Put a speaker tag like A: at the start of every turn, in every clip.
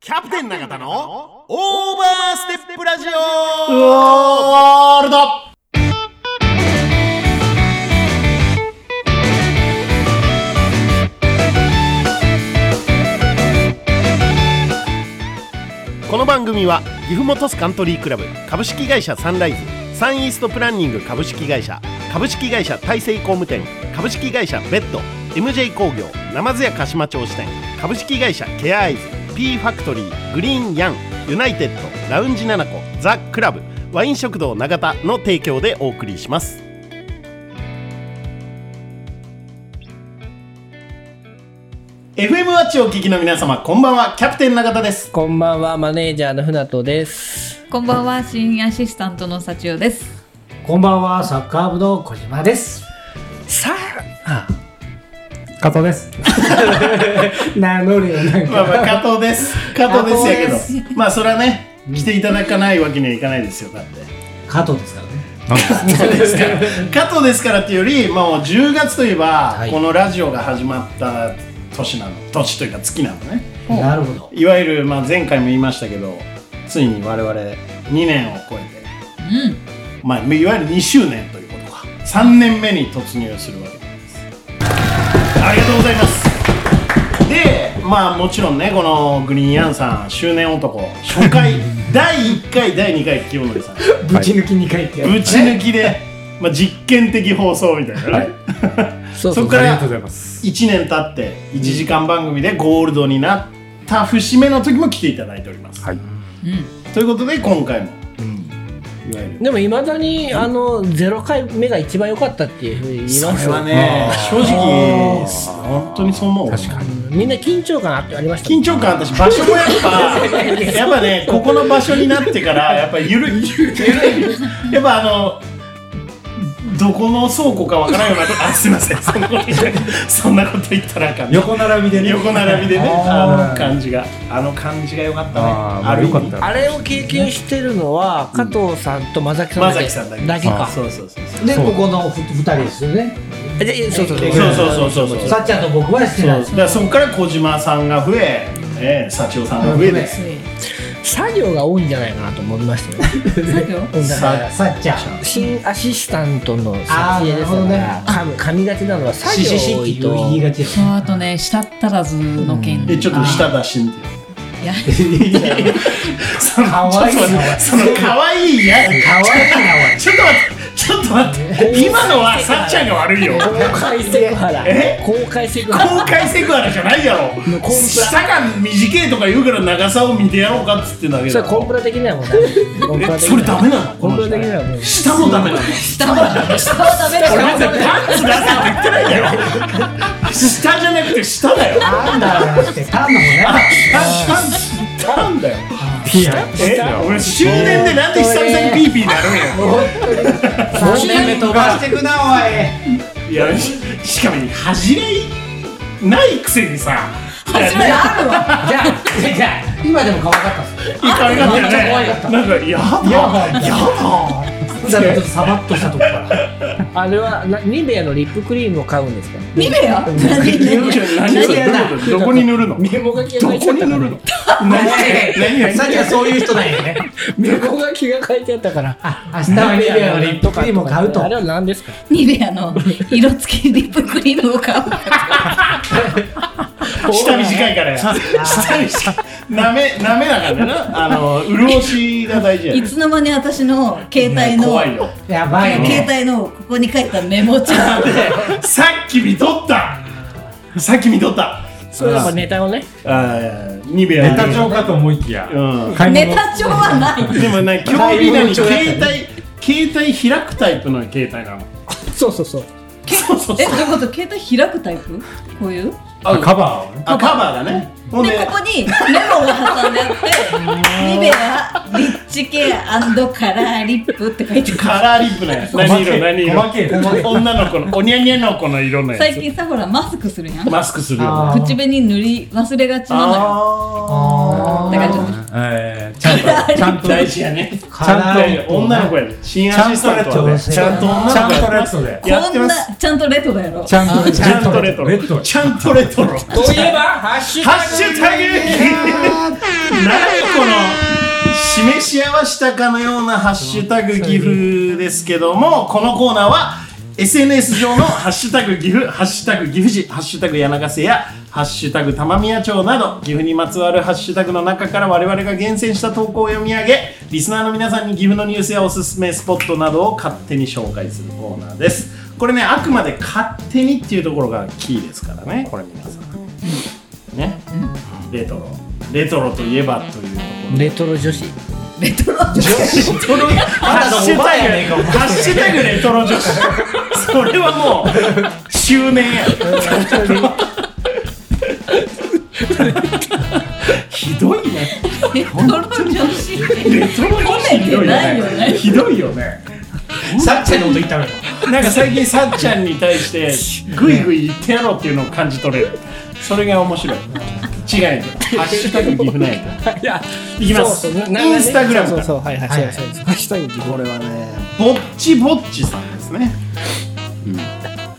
A: キャプテン永田のオーバーステップラジオ
B: ワールド
A: この番組は岐阜本スカントリークラブ株式会社サンライズサンイーストプランニング株式会社株式会社大成工務店株式会社ベッド MJ 工業ナマズ屋鹿島町支店株式会社ケアアイズ P ファクトリーグリーンヤンユナイテッドラウンジナナコザ・クラブワイン食堂永田の提供でお送りします「FM ワッチ」をお聞きの皆様こんばんはキャプテン永田です
C: こんばんは、マネージャーの船戸です。
D: こんばんは、新アシスタントの幸代です。
B: こんばんは、サッカー部の小島です。
C: さあ、
B: 加藤です。名乗るよ、なん
A: まあ
B: か。
A: まあ加藤です。加藤ですやけど
D: 加藤で、
A: まあそれはね、来ていただかないわけにはいかないですよ。だって。
B: 加藤ですからね。
A: 加藤ですからっていうより、もう10月といえば、
C: はい
A: このラジオが始まった年なの、年というか月なのね。
B: なるほど。
A: いわゆるまあ前回も言いましたけど、ついに我々2年を超えて、
D: うん。
A: まあいわゆる2周年ということか、3年目に突入するわけなんです。ありがとうございます。でまあもちろんねこのグリーンヤンさん周年男初回第1回第2回清則さんぶ
B: ぶち抜き2回ってやつ。
A: ち抜きで、まあ、実験的放送みたいなね、
C: そう
A: そ
C: そう
A: こか
E: ありが
A: ら
E: とうござい
A: 1
E: ます。
A: 年経って1時間番組でゴールドになった節目の時も来ていただいております、
E: はい。
A: ということで今回も、いわゆる
C: でも、いまだに、あの、ゼロ回目が一番良かったっていうふうに言いますよ
A: ね正直
B: あー
A: 本当にそう思う
E: 確かに。
C: みんな緊張感あってありました。
A: 緊張感あったし場所もやっぱやっぱねここの場所になってからやっぱゆるいゆるいやっぱあのどこの倉庫かわからんようなとこあすいませんそんなこと言っちゃうそんなこと言ったらあかん
B: 横並びでね。
A: 横並びでね
B: あー
A: あの感じがあの感じがよかったね
E: あー
A: る意味
E: よかった
C: あれを経験してるのは、加藤さんと正木さん
A: ま
C: だけ
A: さきさんだけ
C: か。
A: そ
C: そう
A: うそうそうそう
B: で、
E: そう
B: ここのふ二人ですよね。
C: でそうそうそう。
A: そうそうそうそう
B: さっちゃんと僕はしてない
A: だからそこから小島さんが増え、ええ、幸男さんが増えです
C: 作業が多いんじゃないかなと思いましたよ。
D: 作業
C: うんだから
A: さ
B: さっちゃん。
C: 新アシスタントの撮
B: あ
C: 影
B: ーな
C: で
B: る
C: す
B: ほ
C: か
B: どね
C: ら、髪髪がちなのは作
B: シシシ
C: 業
B: っ
C: 多
B: て
C: い
B: 言
C: と。
B: いがちです。
D: あとね、舌ったらずの件。
A: えちょっと舌出しんてよ
D: いや、
A: その
B: かわいい
A: ちょっと待ってその可愛いやつ
B: かわいいな、
A: ちょっと待って、ちょっと待って、今のはさっちゃんが悪いよ。
C: 公開セクハラ
A: え。
C: 公開セクハラ。
A: 公開セクハラじゃないやろ。
C: コンプラ
A: 下が短いとか言うから長さを見てやろうかっつってんだけ
C: そ
A: ど
C: れ。コンプラ的にはもうダメコンプラ
A: え、
C: 的に
A: それダメなの
C: コンプラ的にはもう
A: 下もダメなの
D: 舌はダメだ。
A: 俺
D: 舌
A: 別
D: はダ
A: に
D: メだ。
A: パンツ出せって言ってないんだよ。下じゃなくて下だよ。
B: 我。なんだろうなって、単なのね。
A: パンツ、パンだよ。
E: いや、
A: え、俺周年でなんで久々にピーピーになるんや。
B: 3年目飛ばしてくな、お
A: いやししかも恥じらいないくせにさ恥じらいあるわ
B: い。じゃあ、じゃあ、今でも可愛かったっす。
A: いかがったよ
B: めっちゃ怖いか
A: ね
B: った
A: なんかやだ
B: やだ
A: やだ
B: だからちょっとサバッとしたとこから。
C: あれはなニベアのリップクリームを買うんですか
D: ニベア
A: 何それどういうことどこに塗るのど
C: メモが気が書いて
A: こ
C: あっ
A: に
C: た
A: 塗
C: か
A: るの
C: ら
A: 何何
B: さっきはそういう人なんやね。
C: メモが気が書いてあったから
B: あ、明日はニベアのリップクリームを買うと
C: あ。れは何ですか
D: ニベアの色付きリップクリームを買う。
A: 下短いからや下短いなめなめなかったなあの潤しが大事や
D: い
A: ね
D: つの間に私の携帯の、
A: 怖いよ
B: やばいね。
D: 携帯のここに書いたメ モ帳。
A: さっき見とったさっき見とった
C: それはやっぱネタをね
A: あーニベア
E: ネタ帳かと思いきや。
A: うん
E: 買い物
D: ネタ帳 はない。
A: でもね、今日
B: 買
A: み
B: い
A: んな
B: 物
A: に
B: 帳
A: 携
B: やったね
A: 帯、携帯開くタイプの携帯なの。
C: そうそうそう
A: そうそう
D: え、
A: そう
D: どういうこと携帯開くタイプこういう
E: あカバーをね。
A: あ、カバーだね。ほんで
D: で、、ここにメモが挟んであって、ニベアリッチケアカラーリップって書いて
A: カ
D: ある。
A: ラーリップのやつ。何色、何色。
E: 細けえ
A: 女の子の、おにゃにゃの子の色のやつ。
D: 最近さ、ほら、マスクするやん。
A: マスクするよね。
B: あー
D: 口紅塗り忘れがちなのよ。
A: あ
B: あ
D: だからちょっと、
E: えーちゃんと、ちゃん
A: ー。
E: と、
A: 大事やね。
B: ー
E: ちゃんと
A: 大事女の子やで。新アシスタントはね。ち
B: ち
A: ゃ
B: ゃ
A: ん
B: ん
A: と
B: と
A: 女の子
E: ちゃんとレ
A: や
E: ッドで。
A: やっ
D: こ
A: て
D: ん
A: ま
D: な
A: す。、
D: ちゃんとレトだやろ。
E: ちゃんと、
A: ちゃんとレト
E: レッド
A: ロ。。ちゃんとレトロ。
C: といえばハッシュ
A: ハッシュタグ
B: あ
A: この示し合わしたかのようなハッシュタグ岐阜ですけどもこのコーナーは SNS 上の「ハッシュタグ岐阜」「ハッシュタグ岐阜市」「ハッシュタグ柳ヶ瀬」や「ハッシュタグ玉宮町」など岐阜にまつわるハッシュタグの中から我々が厳選した投稿を読み上げリスナーの皆さんに岐阜のニュースやおすすめスポットなどを勝手に紹介するコーナーですこれねあくまで勝手にっていうところがキーですからねこれ皆さんねレトロレトロといえばという
C: レトロ女子
D: レトロ女子
A: ハッシュタグ、ハッシュタグレトロ女子。それはもう、周年や。ひどいね。
D: レトロ女子
A: レトロ女子ひどいよ
D: 褒めてないよ
A: ね。
D: ね
A: ひどいよね。
E: サッチャのこと言ったのよ
A: なんか最近さっちゃんに対して、ぐいぐい言ってやろうっていうのを感じ取れる。それが面白い。違うよ。ハッシュタグギフないと。
C: いや
A: いきます。
C: そうそうな
A: インスタグラム
C: そう
A: か
C: そう
A: ら。
C: そうはいはいそうそうそうハッシュタグ
A: これはね、ぼっちぼっちさんですね。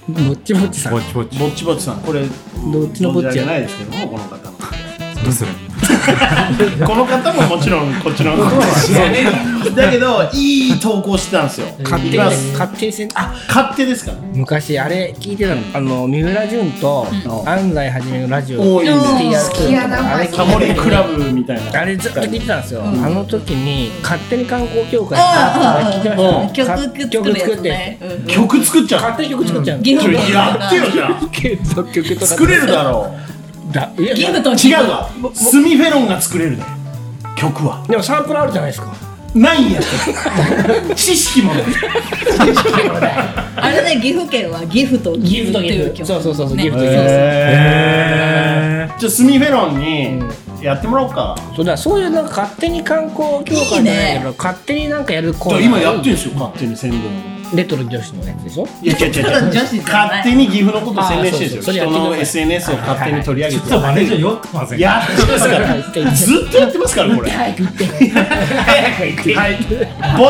C: ぼっちぼっちさん
E: ぼちぼち
A: ぼっちぼっちさん、これ、
C: どっちのぼっちや
A: じゃないですけども、この方の。
E: どうする
A: この方ももちろんこっちの方はだけどいい投稿してたんですよ
C: 勝手
A: いき
C: に
A: ます
C: 勝手にせんあ
A: 勝手ですから
C: 昔あれ聞いてたのあの三浦淳と安西はじめのラジオ
A: 多いん
D: 好
A: で
D: きやな
C: あれ
A: タモリクラブみたいな
C: あれずっと聞いてたんですよ、あの時に勝手に観光協会が聞いてま
A: うん
C: したね、
D: 曲作るやつね
C: て
D: うん
A: 曲作っちゃう
C: 勝手に曲作っちゃうの
D: ギフ
A: ちょ
D: ト
A: やってよじゃあ
C: 曲曲とか
A: 作れるだろ
C: だいや
D: ギフト
A: う違うわスミフェロンが作れるね曲は
C: でもサンプルあるじゃないですか
A: ないんやって知識もない
D: あれね岐阜県はギフトギフトっていう曲
C: そうそうそうそう
D: ね
C: ギフトギフト
A: へえじゃあスミフェロンにやってもらおうか
C: そうだそういうなんか勝手に観光協会じゃないけど勝手になんかやるコー
A: じゃ
C: ナ
A: あ
C: ー
A: 今やってるんですよ勝手に宣伝
C: レトロ女子のやつでしょ
A: いや違う違う
D: ただ女子じゃない
A: 違う勝手に岐阜のこと宣伝してるんですよ人
C: あそうそうそれやってください
A: の SNS を勝手に取り上げ
E: ちょ
A: て
E: っとマネージャー酔ってません
A: やってますから。ずっとやってますから、これ。
C: はい
A: はい。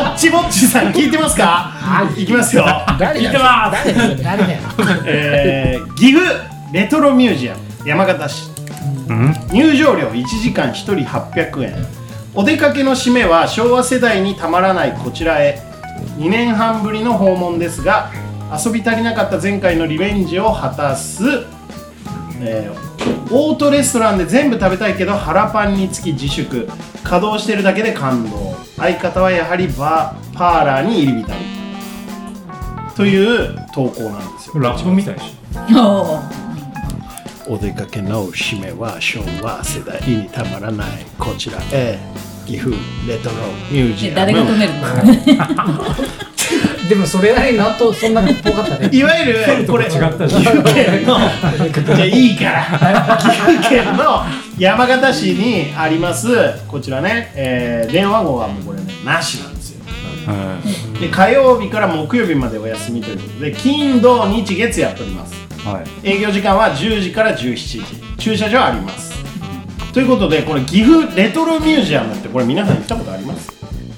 A: ぼっちぼっちさん、聞いてますか。いきますよ。
C: 誰
A: 聞い
C: だ
A: て
C: よ
A: ます。
C: 誰だよ誰 だよ
A: えー岐阜レトロミュージアム山形市。入場料1時間1人800円お出かけの締めは昭和世代にたまらないこちらへ2年半ぶりの訪問ですが遊び足りなかった前回のリベンジを果たす、えーオートレストランで全部食べたいけど腹パンにつき自粛稼働してるだけで感動相方はやはりバーパーラーに入り浸りという投稿なんですよ
E: ラッチもみたいでし
D: おー
A: お出かけの締めは昭和世代にたまらないこちらへ岐阜レトロミュージ
D: ね
A: ア
D: 誰が止
A: ム
D: めるの
B: でもそれなりに納豆そんなにっぽかったね
A: いわゆるこれ
E: 違った
A: 岐阜県のじゃあいいから岐阜県の山形市にありますこちらね、えー電話号はもうこれねなしなんですよ
E: ょはい
A: で火曜日から木曜日までお休みということで金土日月やっております
E: はい
A: 営業時間は10時から17時駐車場ありますということでこれ岐阜レトロミュージアムってこれ皆さん行ったことあります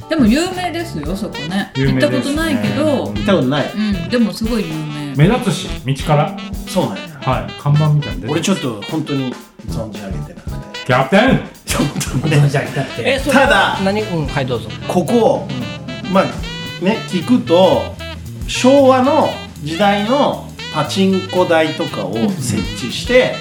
D: でも有名ですよそこね
E: 有
D: 行
E: 名
D: っ
E: です
D: た
E: ね
D: ことないけど
A: 行ったことない
D: うんでもすごい有名
E: 目立つし道から
A: そうなんや
E: はい看板みたいな
A: 俺
E: ょ
A: ちょっと本当に存じ上げてな くて
E: キャプテン
A: ちょっとね
B: じゃあだって
C: えそれ
A: ただ
C: 何うんはいどうぞ
A: ここまあね聞くと昭和の時代のパチンコ台とかを設置して、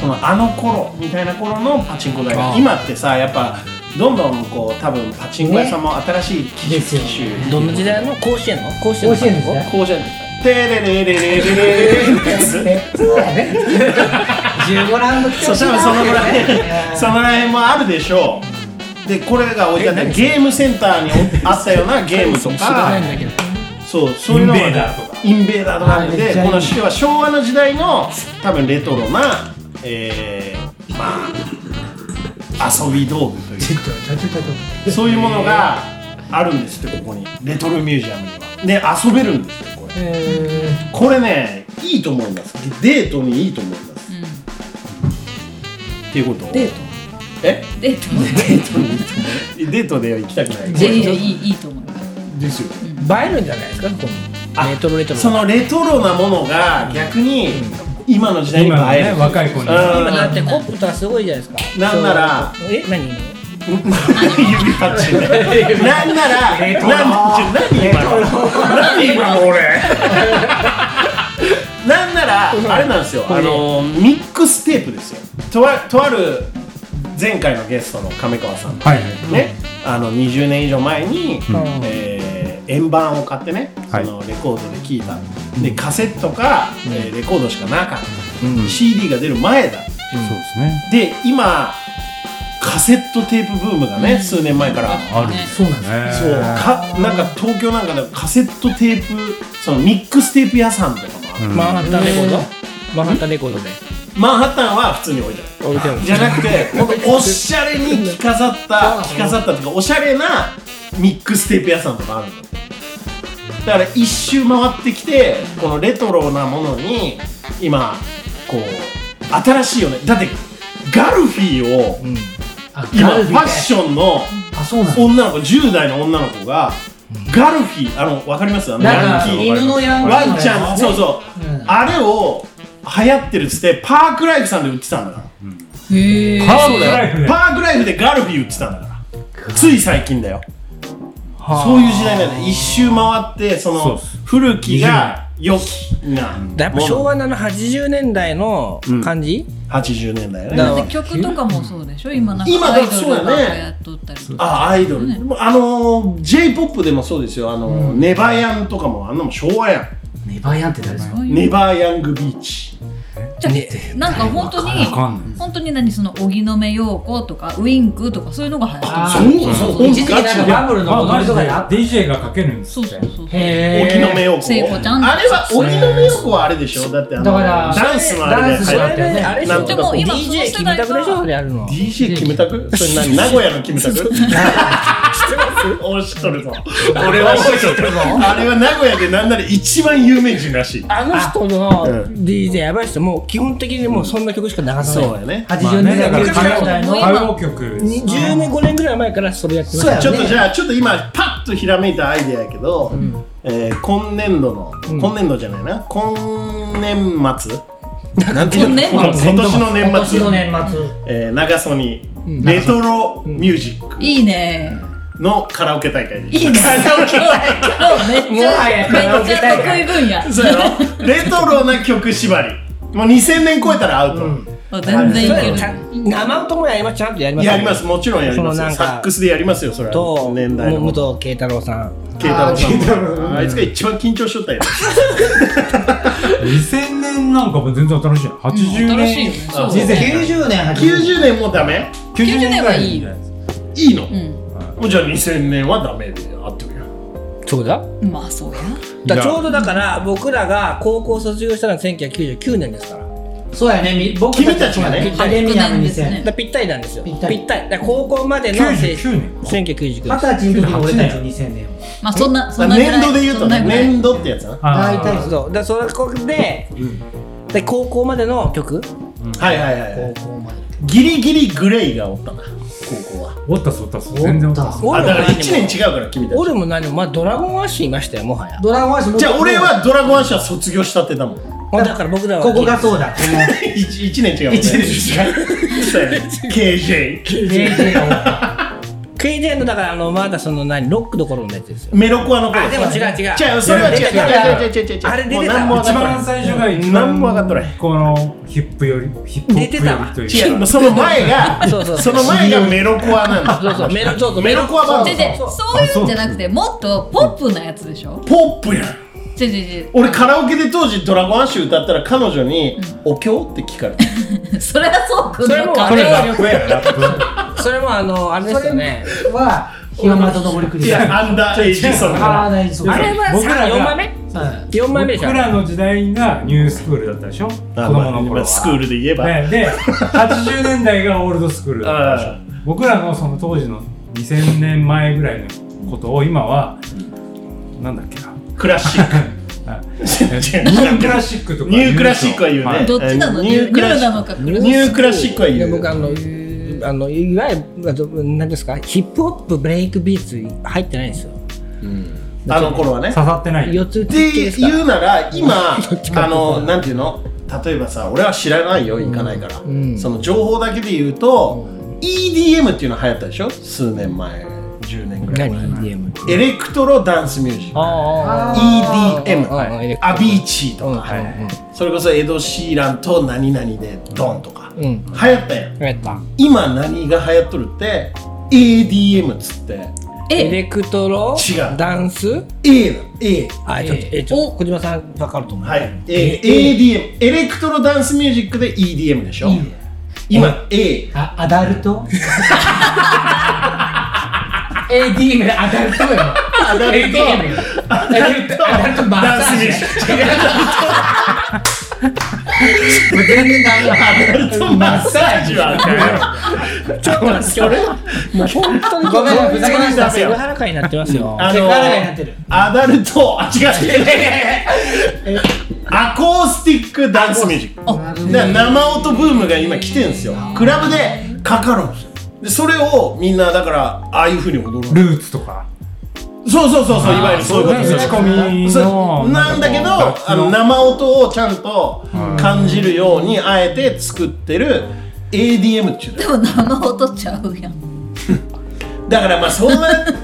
A: そのあの頃みたいな頃のパチンコ台が
C: ああ
A: 今ってさやっぱどんどんこう多分パチンコ屋さんも新しい機種,、
B: ですよね
A: 機種
C: どの時代の甲子園の甲子園の
B: 甲子園ですね
A: こうじゃないテレレレレレレレレ
B: えそうだね15ラウンド来て
A: そ
B: ほ
A: し
B: しい
A: た
B: な
A: らそのぐらいそのら辺もあるでしょうでこれが置いてあってゲームセンターにあったようなゲームと
C: 知ら
A: か
C: ないんだけど
A: そうそういうのが
E: インベーダーとか
A: インベーダーとかあるん
B: あめ
A: で
B: っちゃいい
A: この市は昭和の時代の多分レトロなえー、まあ遊び道具というか
B: ちょちょちょち
A: そういうものがあるんですってここにレトロミュージアムにはで遊べるんですよこれ
B: ょえ
A: これねいいと思いますデートにいいと思います
D: うん
A: っていうことを
D: デート
A: え
D: デート
A: デートにデートでは行きたくない
D: いやいやいいいいと思います
A: ですよ
C: 映えるんじゃないですかこの
A: あ
C: レトロレトロ
A: そのレトロなものが逆に今の時代に
E: 今の
A: は会え
E: ね
A: る
E: 若い子に
A: うん
C: 今だってコップとかすごいじゃないですか
A: なんなら
C: そうえ何
A: 指タッチねなんならなんちょ何今の何今の俺なんならあれなんですよあのミックステープですよとあとある前回のゲストの亀川さん
E: はいはい
A: ね、あの20年以上前に、
E: ん
A: えー円盤を買ってね、
E: はい
A: そのレコードで聴いたでカセットか、えーレコードしかなかった、
E: うん
A: CD が出る前だ
E: そうですね
A: で今カセットテープブームがね、数年前から、
E: あるんですね
A: そうかなんか東京なんかでもカセットテープそのミックステープ屋さんとかもある、
E: うん
C: マンハッタンレコードマンハッタンレコードで
A: マンハッタンは普通に置いてある
C: 置いてある
A: じゃなくて、ほんとおしゃれに着飾った、着飾ったとか、おしゃれなミックステープ屋さんとかあるの。だから一周回ってきて、このレトロなものに、今、こう、新しいよね。だって、ガルフィーを、
C: うん
B: あ
A: 今、
B: ガ
A: フ
B: ルビーね
A: ァッションの
B: あ、そうなんだ
A: 女の子、10代の女の子が、ガルフィー、あの、わかりますあの、
B: なん
A: ヤン
B: か
A: キー
B: 犬のや
A: ワンちゃん、そうそう、
B: うん
A: あれを流行ってるっつって、パークライフさんで売ってたんだから。
D: へえ
E: パークライフね
A: パークライフでガルフィー売ってたんだからつい最近だよそういう時代なんだ一周回ってそ
E: そう
A: の
E: っす
A: 古きが良きな
C: だやっぱ昭和なの80年代の感じ、
A: 80年代
C: だ
A: だ
C: か
A: ね
C: ら
D: 曲とかもそうでしょ今なん
A: 今
D: か
A: だ
D: アイド
A: そうだ
D: ルが
A: ね
D: やっとったりとか
A: あアイドル、あの j p o p でもそうですよあの、ネバヤンとかもあんなもん昭和や
B: ネバヤンって誰ですか
D: そうい
A: ん
D: う
A: ネバヤングビーチ
D: じゃあなんか本当に
E: わかんない
D: 本当に何その荻野目洋子とかウインクとかそういうのが流行って
B: あ
D: る
B: ー
A: そうそう
B: 一時期なんかバブルの踊りとかや
E: あ
B: っ
E: マジで DJ がかけるんです
D: そうそうそう
B: へ
A: 荻野目洋子
D: 聖子ちゃん
A: あれは荻野目洋子はあれでしょだってあの
B: だから
A: ダンスのあれで
B: ダンスの
A: 流行
B: あ
A: っ
B: れ
A: てる
B: ね
C: あれでし
A: なん
C: ょ
A: と
C: で
A: かこ
C: も
A: う
C: 今その
D: DJ
C: 世代がキムタクでしょそれやるの
A: DJ キムタクそれ何名古屋のキムタク知ってますお知っとるぞ俺は知っとるぞあれは名古屋でなんなら一番有名人らしい
C: あの人の
A: うん
C: DJ やばい人もう基本的にもうそんな曲しか流さない、
A: そうやね
B: た80年代
E: まあねだから
B: 90年代の
E: 歌謡曲ですね
C: 10年5年ぐらい前からそれやってました
A: ちょっとじゃあちょっと今パッとひらめいたアイデアやけど、えー今年度の、今年度じゃないな今年末なんていうの
D: 今
A: 今年の
B: 今
A: 年
B: 年
A: 末
B: の年末
A: えー長曽にレトロミュージック
D: いいね
A: のカラオケ大会で
D: いいねカラオケ大会めっち
B: もはや
D: ゃ
B: カラオ
D: め
B: ケ
D: っちゃ
B: 大
D: 得
B: 会
D: 意分野
A: そうやろレトロな曲縛りもう2000年超えたらアウト、
D: あ 全然いける
C: ちゃん生音もやりますちゃんとやります
A: やりますもちろんやります
C: そ
A: よ
C: のなん
A: サ
C: か
A: ックスでやりますよそれは
C: と
A: 年代の
C: 武
A: 慶
C: 藤慶太郎さん
A: 太郎さ
B: あー慶
A: ん
B: 太郎
A: もあいつが一番緊張しとったよ
E: 2000年なんかも全然新しいの80
D: 新しいよ
E: 年
D: ねそう
E: 以前
B: 90年80
A: 90年もダメ
E: 90
D: 年はいい
E: ぐらです
A: いいの、
D: う
A: もうじゃあ2000年はダメであってもや
C: そうだ
D: んまあそうや
C: だからちょうどだから僕らが高校卒業したのは1999年ですからだか
B: そうやねみ僕
A: 君たちがね
B: アデミアの
D: 僕たちね
B: 2000
C: らぴったりなんですよ
B: ぴった
C: だ
B: り
C: から高校までの
E: 99年
C: 1999年
B: 二十歳の時の俺たち2000年は
D: まあそんなそんなぐらい
A: 年度で言うと
D: そんな
A: ね
D: ぐらい
A: 年度ってやつなは
E: あー
B: 大体
C: そうだからそこで,、で高校までの曲
A: いはいはいはい
B: 高校まで
A: ギリギリグレイがおったな高校は
E: おったっすおったっす全然おったっす
A: あ
C: 俺も
A: だから
C: 何
A: 1
C: も
A: 年違うから君たち
C: 俺も何もまあドラゴンアッシュいましたよもはや
B: ドラゴンアッシュ
A: じゃあ俺はドラゴンアッシュは卒業したってだもん
C: だから僕らは
B: ここがそうだこの
A: 1, 一年違うもんね
B: 一
A: 違うそうやね KJ
B: JJ が
C: KJ のだからあのまだその何ロックどころのやつですよ
A: メロコアの頃
C: あでも違う違う
A: 違うそれは違う
C: 出て
A: 違う違う違う違う違う
C: あれ出てた
A: もう何もわか
E: 一
A: んない
E: 番最初が一
A: 何も分かっとらへ
E: 番このヒップよりヒップホップよりという
A: 違うその前が
C: そうそう
A: その前がメロコアなんだ
C: そうそうメロそうそう
A: メロコアバンド
D: 違う違うそういうんじゃなくてもっとポップなやつでしょ
A: ポップやん
D: 違う違う違う
A: 俺カラオケで当時ドラゴンアッシュ歌ったら彼女に「お経?」って聞かれた
D: それはそうくん
C: それ
D: の
C: も
D: か
E: それラップやラップ
C: それもあのあれですよね
B: は広間と登りくり
A: いや アンダーエイジソン
B: あ
A: が
B: あ大丈夫
C: あれは
E: 僕らが
C: 4枚目
B: はい
C: 4枚目じ
E: 僕
C: ゃん
E: らの時代がニュースクールだったでしょ子供の頃は
A: スクールで言えば、
E: ねで80年代がオールドスクールだったでし
A: あ
E: ょ僕らのその当時の2000年前ぐらいのことを今はなんだっけな
A: クラシック
E: あ
A: 違う
E: ニュークラシックとか
A: ニュークラシックは言うね、
E: はい
D: どっちなのニュー
A: クラシ
D: な
A: ッ
D: の
A: ク
D: か
A: ニュークラシックは
C: で
A: 言う
C: 僕あのあのいわゆるあと何ですかヒップホップブレイクビーツ入ってないんですよ
A: あの頃はね
E: 刺さってない
C: 4つ打
A: っ
C: ち系
A: て
C: ですか
A: 言うなら今あ
C: っちか
A: のなんていうの例えばさ俺は知らないよ行かないから、
C: ん
A: その情報だけで言うと、EDM っていうの流行ったでしょ数年前10年ぐらい
C: 何
A: 前
C: EDM
A: エレクトロダンスミュージック
C: あ
A: EDM、
C: はいはい
A: アビーチーとか、
C: うん
A: それこそエド・シーランと何々でドンとか、
C: うんうん
A: 流行ったやん
C: やった
A: 今何が流行っとるって ADM っつって
C: エ
D: え
C: レクトロ
A: 違う
C: ダンス
A: A だ A
C: あちょっとえちょっと小島さんわかると思う
A: はい A ADM エレクトロダンスミュージックで EDM でしょ今 A
B: あアダル ト ADM でアダルトよ
A: アダルト
B: ADM よアダルトアダルトマッサージねもう全然ダメだ
A: マッサージはちょっとそれもう本当に
C: ごめんふざけま
A: ダ
C: した
A: メ
C: セ
A: よ
C: クハラ会になってますよ
A: あ
B: セクハラになって
A: の
B: る
A: アダルトあ違う違う違うアコースティックダンスミュージック
B: なるほど
A: だから生音ブームが今来てんですよクラブでかかるんですよでそれをみんなだからああいうふうに踊る
E: ルーツとか
A: そうそうそうそういわゆるそういうことです
E: 打
A: よ
E: ち込み
A: そ
E: の
A: うなんだけど
E: なんかこう
A: あの生音をちゃんと感じるようにあえて作ってる ADM っていうの
D: でも生音ちゃうやん
A: だからまあそんな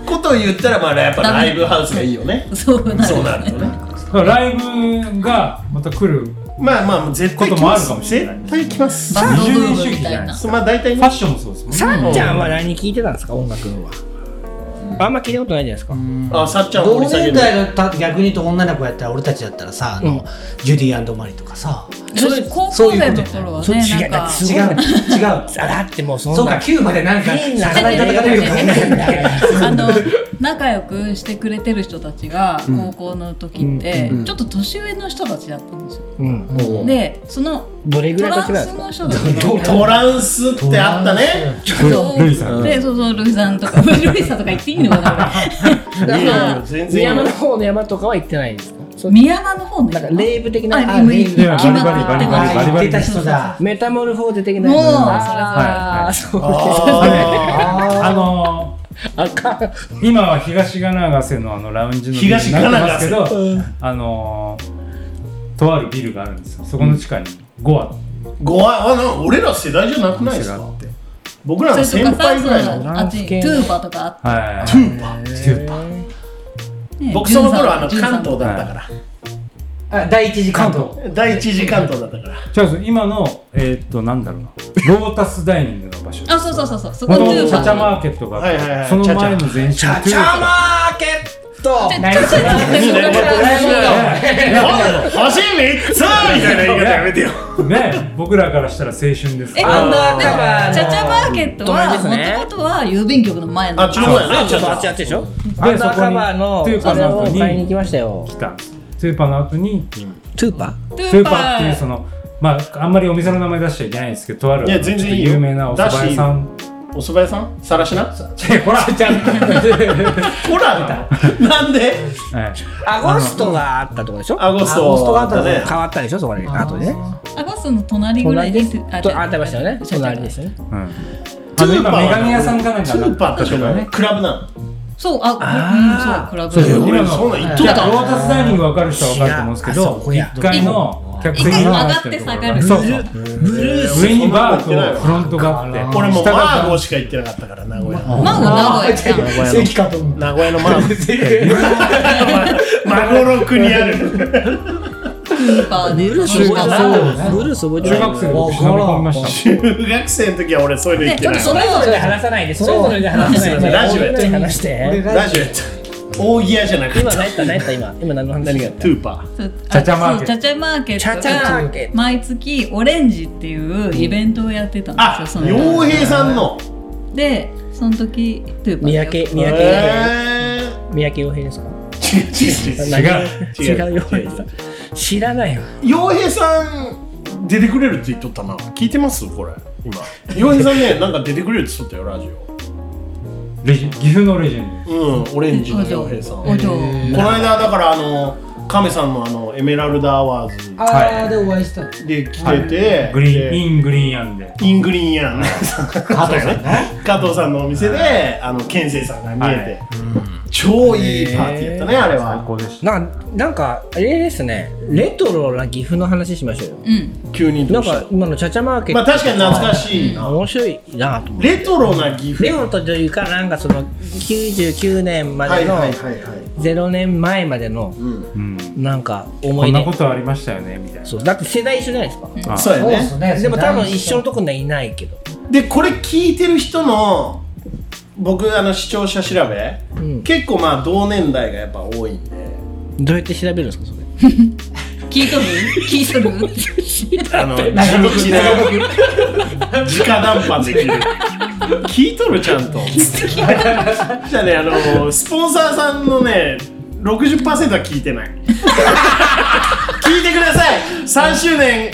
A: ことを言ったらまあやっぱライブハウスがいいよね
D: そうなる
A: そうなるとね
E: ライブがまた来る
A: まあまあ絶対来ます
E: こともあるかもしれない
A: 絶対来ます
D: バンドブームみ
E: 二重人種じ
D: た
E: ゃないい
D: な
A: そうまあ大体
E: フ
A: ね
E: ァッションもそうですもんね
C: さんちゃんは何聞いてたんですか音楽はあんま聞いたことないじゃないですか
A: あさっちゃん
B: 同
A: 掘り下げる
B: 年代のた逆に言うと女の子やったら俺たちだったらさあの、ジュディマリとかさ
D: 私高校生の頃は
C: そういうこと
D: ね
C: じゃない
D: なんか
C: そ
B: 違う違う
C: あだってもうそんな
B: そうか9までなんか
C: 変な
B: 働いた方がいるからね
D: あの仲良くしてくれてる人たちが高校の時ってちょっと年上の人たちだったんですよ。
C: うん
D: でその
C: どれぐ
D: ト
C: らい
D: ラ
C: 年ぐ
D: ン
C: らいです
D: ス
C: か
D: の人たちが
A: トランスってあったね
D: そう
E: ルイさん
D: でそうそうルイさんとかルイさんとか言っていいのかなこ
C: だか
A: いやい
C: ら
A: や全
C: 宮
A: 然いい
C: 山
A: よ
C: の方の山とかは行ってないんですかそ
D: れ
C: う
D: 宮川の方の
C: なんかレイブ的な
D: あ
C: あ
D: レイブ
C: レイブ
E: いやバリバリバリバリバリ
B: 言っ
E: バ
B: て
E: リ
B: た人だ
C: メタモルフォーゼ的な
D: もう
C: あーそう
A: あ
E: あの
C: あかん
E: ー今は東神奈川瀬のあのラウンジのビル
A: 東
E: に
A: 神
E: なって
A: 奈川
E: ます
A: 瀬
E: けど、あのーとあるビルがあるんですよそこの地下に5あって
A: ーごわあの俺ら世代じゃなくないです
E: お
A: か
E: 店が
A: 僕らの
D: そ
A: 先
D: れとか
A: 輩
D: さ
A: ぐ
D: そ
A: らいうの
D: そうあっちトゥーパーとかあっ
E: はい。トゥーパー。トゥーパー。
D: て、ね、
A: 僕その頃あの
D: 13
A: 関東だったから
B: あ第一次関東
A: 第一次関東だったから
E: じゃあ今のえーっとなんだろうな。ロータスダイニングの場所。
D: あそうそうそうそうそこ
E: も
D: ト
E: とも
D: ゥー
E: とチ
D: パ
E: ャチャ
D: ー
E: マーケットがあっ
A: はいはいは
E: て
A: い
E: その前の前身チャチャマ
B: ナイスだ
A: 「星3つ!」みたいな言い方やめてよ
E: ね僕らからしたら青春ですけ
D: え
E: ど。
D: あ
B: ンダーカバーの
D: チャチャマーケット
C: 隣
D: は
C: ですね
D: もともとは郵便局の前の
A: あちょっと待って
C: あ
A: ち
C: そ
A: ょ
C: う
A: っと
C: そうあ
A: 待って
C: っちあっちでしょア
E: で
C: ンダーカバーの
E: そこにトゥーパ
C: あれ
E: ーの
C: を
E: 後に
C: 買いに行きましたよ
E: 来たんです。トゥーパーの後にト
C: トゥーパー
D: トゥ
E: ゥ
D: ー
E: ー
D: パ
E: パーっていうそ
D: ー
E: のまああんまりお店の名前出しちゃいけないんですけどとある
A: いや全然いいよ
E: 有名なお蕎麦屋さん。
A: お蕎麦屋さんさらしな
E: えほら。
A: ほらなんで
E: はい
C: アゴストがあったとこでしょ
A: アゴスト
C: アゴストがあったとこ
A: だね
C: 変わったでしょそこに後でね
D: アゴスの隣ぐらい
C: 隣で
D: に
C: すとあありましたよね隣ですよね
E: うん。
A: ト
E: あの
A: ゥー
E: 今
A: パー
E: メガネ屋さんかなんか
A: トゥーパーって
E: と
A: そ
E: かね
A: の。クラブなの
D: そうあうんそうクラブ
A: 俺そんなん言っと
E: い
A: っ
E: や
A: た
E: ロータスダイニング分かる人は分かると思うんですけ
B: いやあそ
E: ど
B: こや
E: 1階の客席
D: 一回上
E: の
D: がって下がる
E: そうそう
A: ブルー
E: 上にバー
A: そんなの言ってない
E: とフ
A: わ
E: ロントがあって
A: 俺もう
E: 下
A: マ
E: が
A: ーゴしか行ってなかったから名古屋
D: マーゴ名古屋じゃん
B: 席かと思う
A: 名古屋のマーゴ孫の国ある
D: トゥーパーで
C: ブルース覚えて
D: そう
C: ないブルース覚えてな
E: 中
C: い
E: 学生で僕忍び込みまし
A: 中学生の時は俺そういうの行ってない
D: ちょっ
C: それぞれで話さないでそれぞれで話さないで
A: ラジオやって
C: で話して
A: ラジオやった大ギアじゃなくて
C: 今何やった何やった今今何の何がやっ
A: トゥーパー
D: そう
E: チャチャマーケッ
D: そ
E: ト
D: うチャチャマーケッ
C: チャチャマーケッ
D: トが毎月オレンジっていうイベントをやってたんで
A: あ
D: すよ、その
A: 洋平さんの
D: でその時トゥー
C: た
D: パー
C: 三
D: で
C: 宅三宅洋平
A: えー
C: 三宅洋平ですか
A: 違う違う違う
E: た違う
C: 違う洋平さん知らないわ
A: 洋平さん出てくれるって言っとったな聞いてますこれ今洋平さん ねなんか出てくれるって言っとったよラジ
E: レジ岐阜のレジェン
A: オうんオレンジの洋平さんこ
D: お嬢
A: の間だからあの亀さんのあのエメラルドアワーズ
B: あーでお会いした
A: で来てて、
E: ドグリーン
A: で
E: イングリーンヤンで
A: イングリーンやん加
B: 藤さんね
A: 藤さんのお店で、あの健生さんが見えて、超いいパーティーやったね、あれは
E: 最高でした
C: なんかなんかあれですねレトロな岐阜の話しましょうよ
D: うん
A: 急にど
C: な
A: うんした
C: か今のチャチャマーケット
A: まあ確かに懐かしいな、
C: 面白いなと思って
A: レトロな岐阜
C: レオとというかなんかその99年ま
A: は
C: で
A: い
C: の
A: はいはいはい、
C: 0年前までの
A: うん、
E: うん
C: なんか
E: こ
C: 思い
E: んな
C: 出
E: ことありましたよねみたいな
C: そうだって世代一緒じゃないですか
E: あ
A: そうや
B: そうで
A: ね
B: すね。
C: でも多分一緒のとこにはいないけど
A: でこれ聞いてる人の僕あの視聴者調べ、
C: うん
A: 結構まあ同年代がやっぱ多いんで
C: どうやって調べるんですかそれ
D: 聞いとる聞いとる
A: あの地道 な直談判できる聞いとるちゃんとじゃあねあのスポンサーさんのね60%は聞いてない聞いてください3周年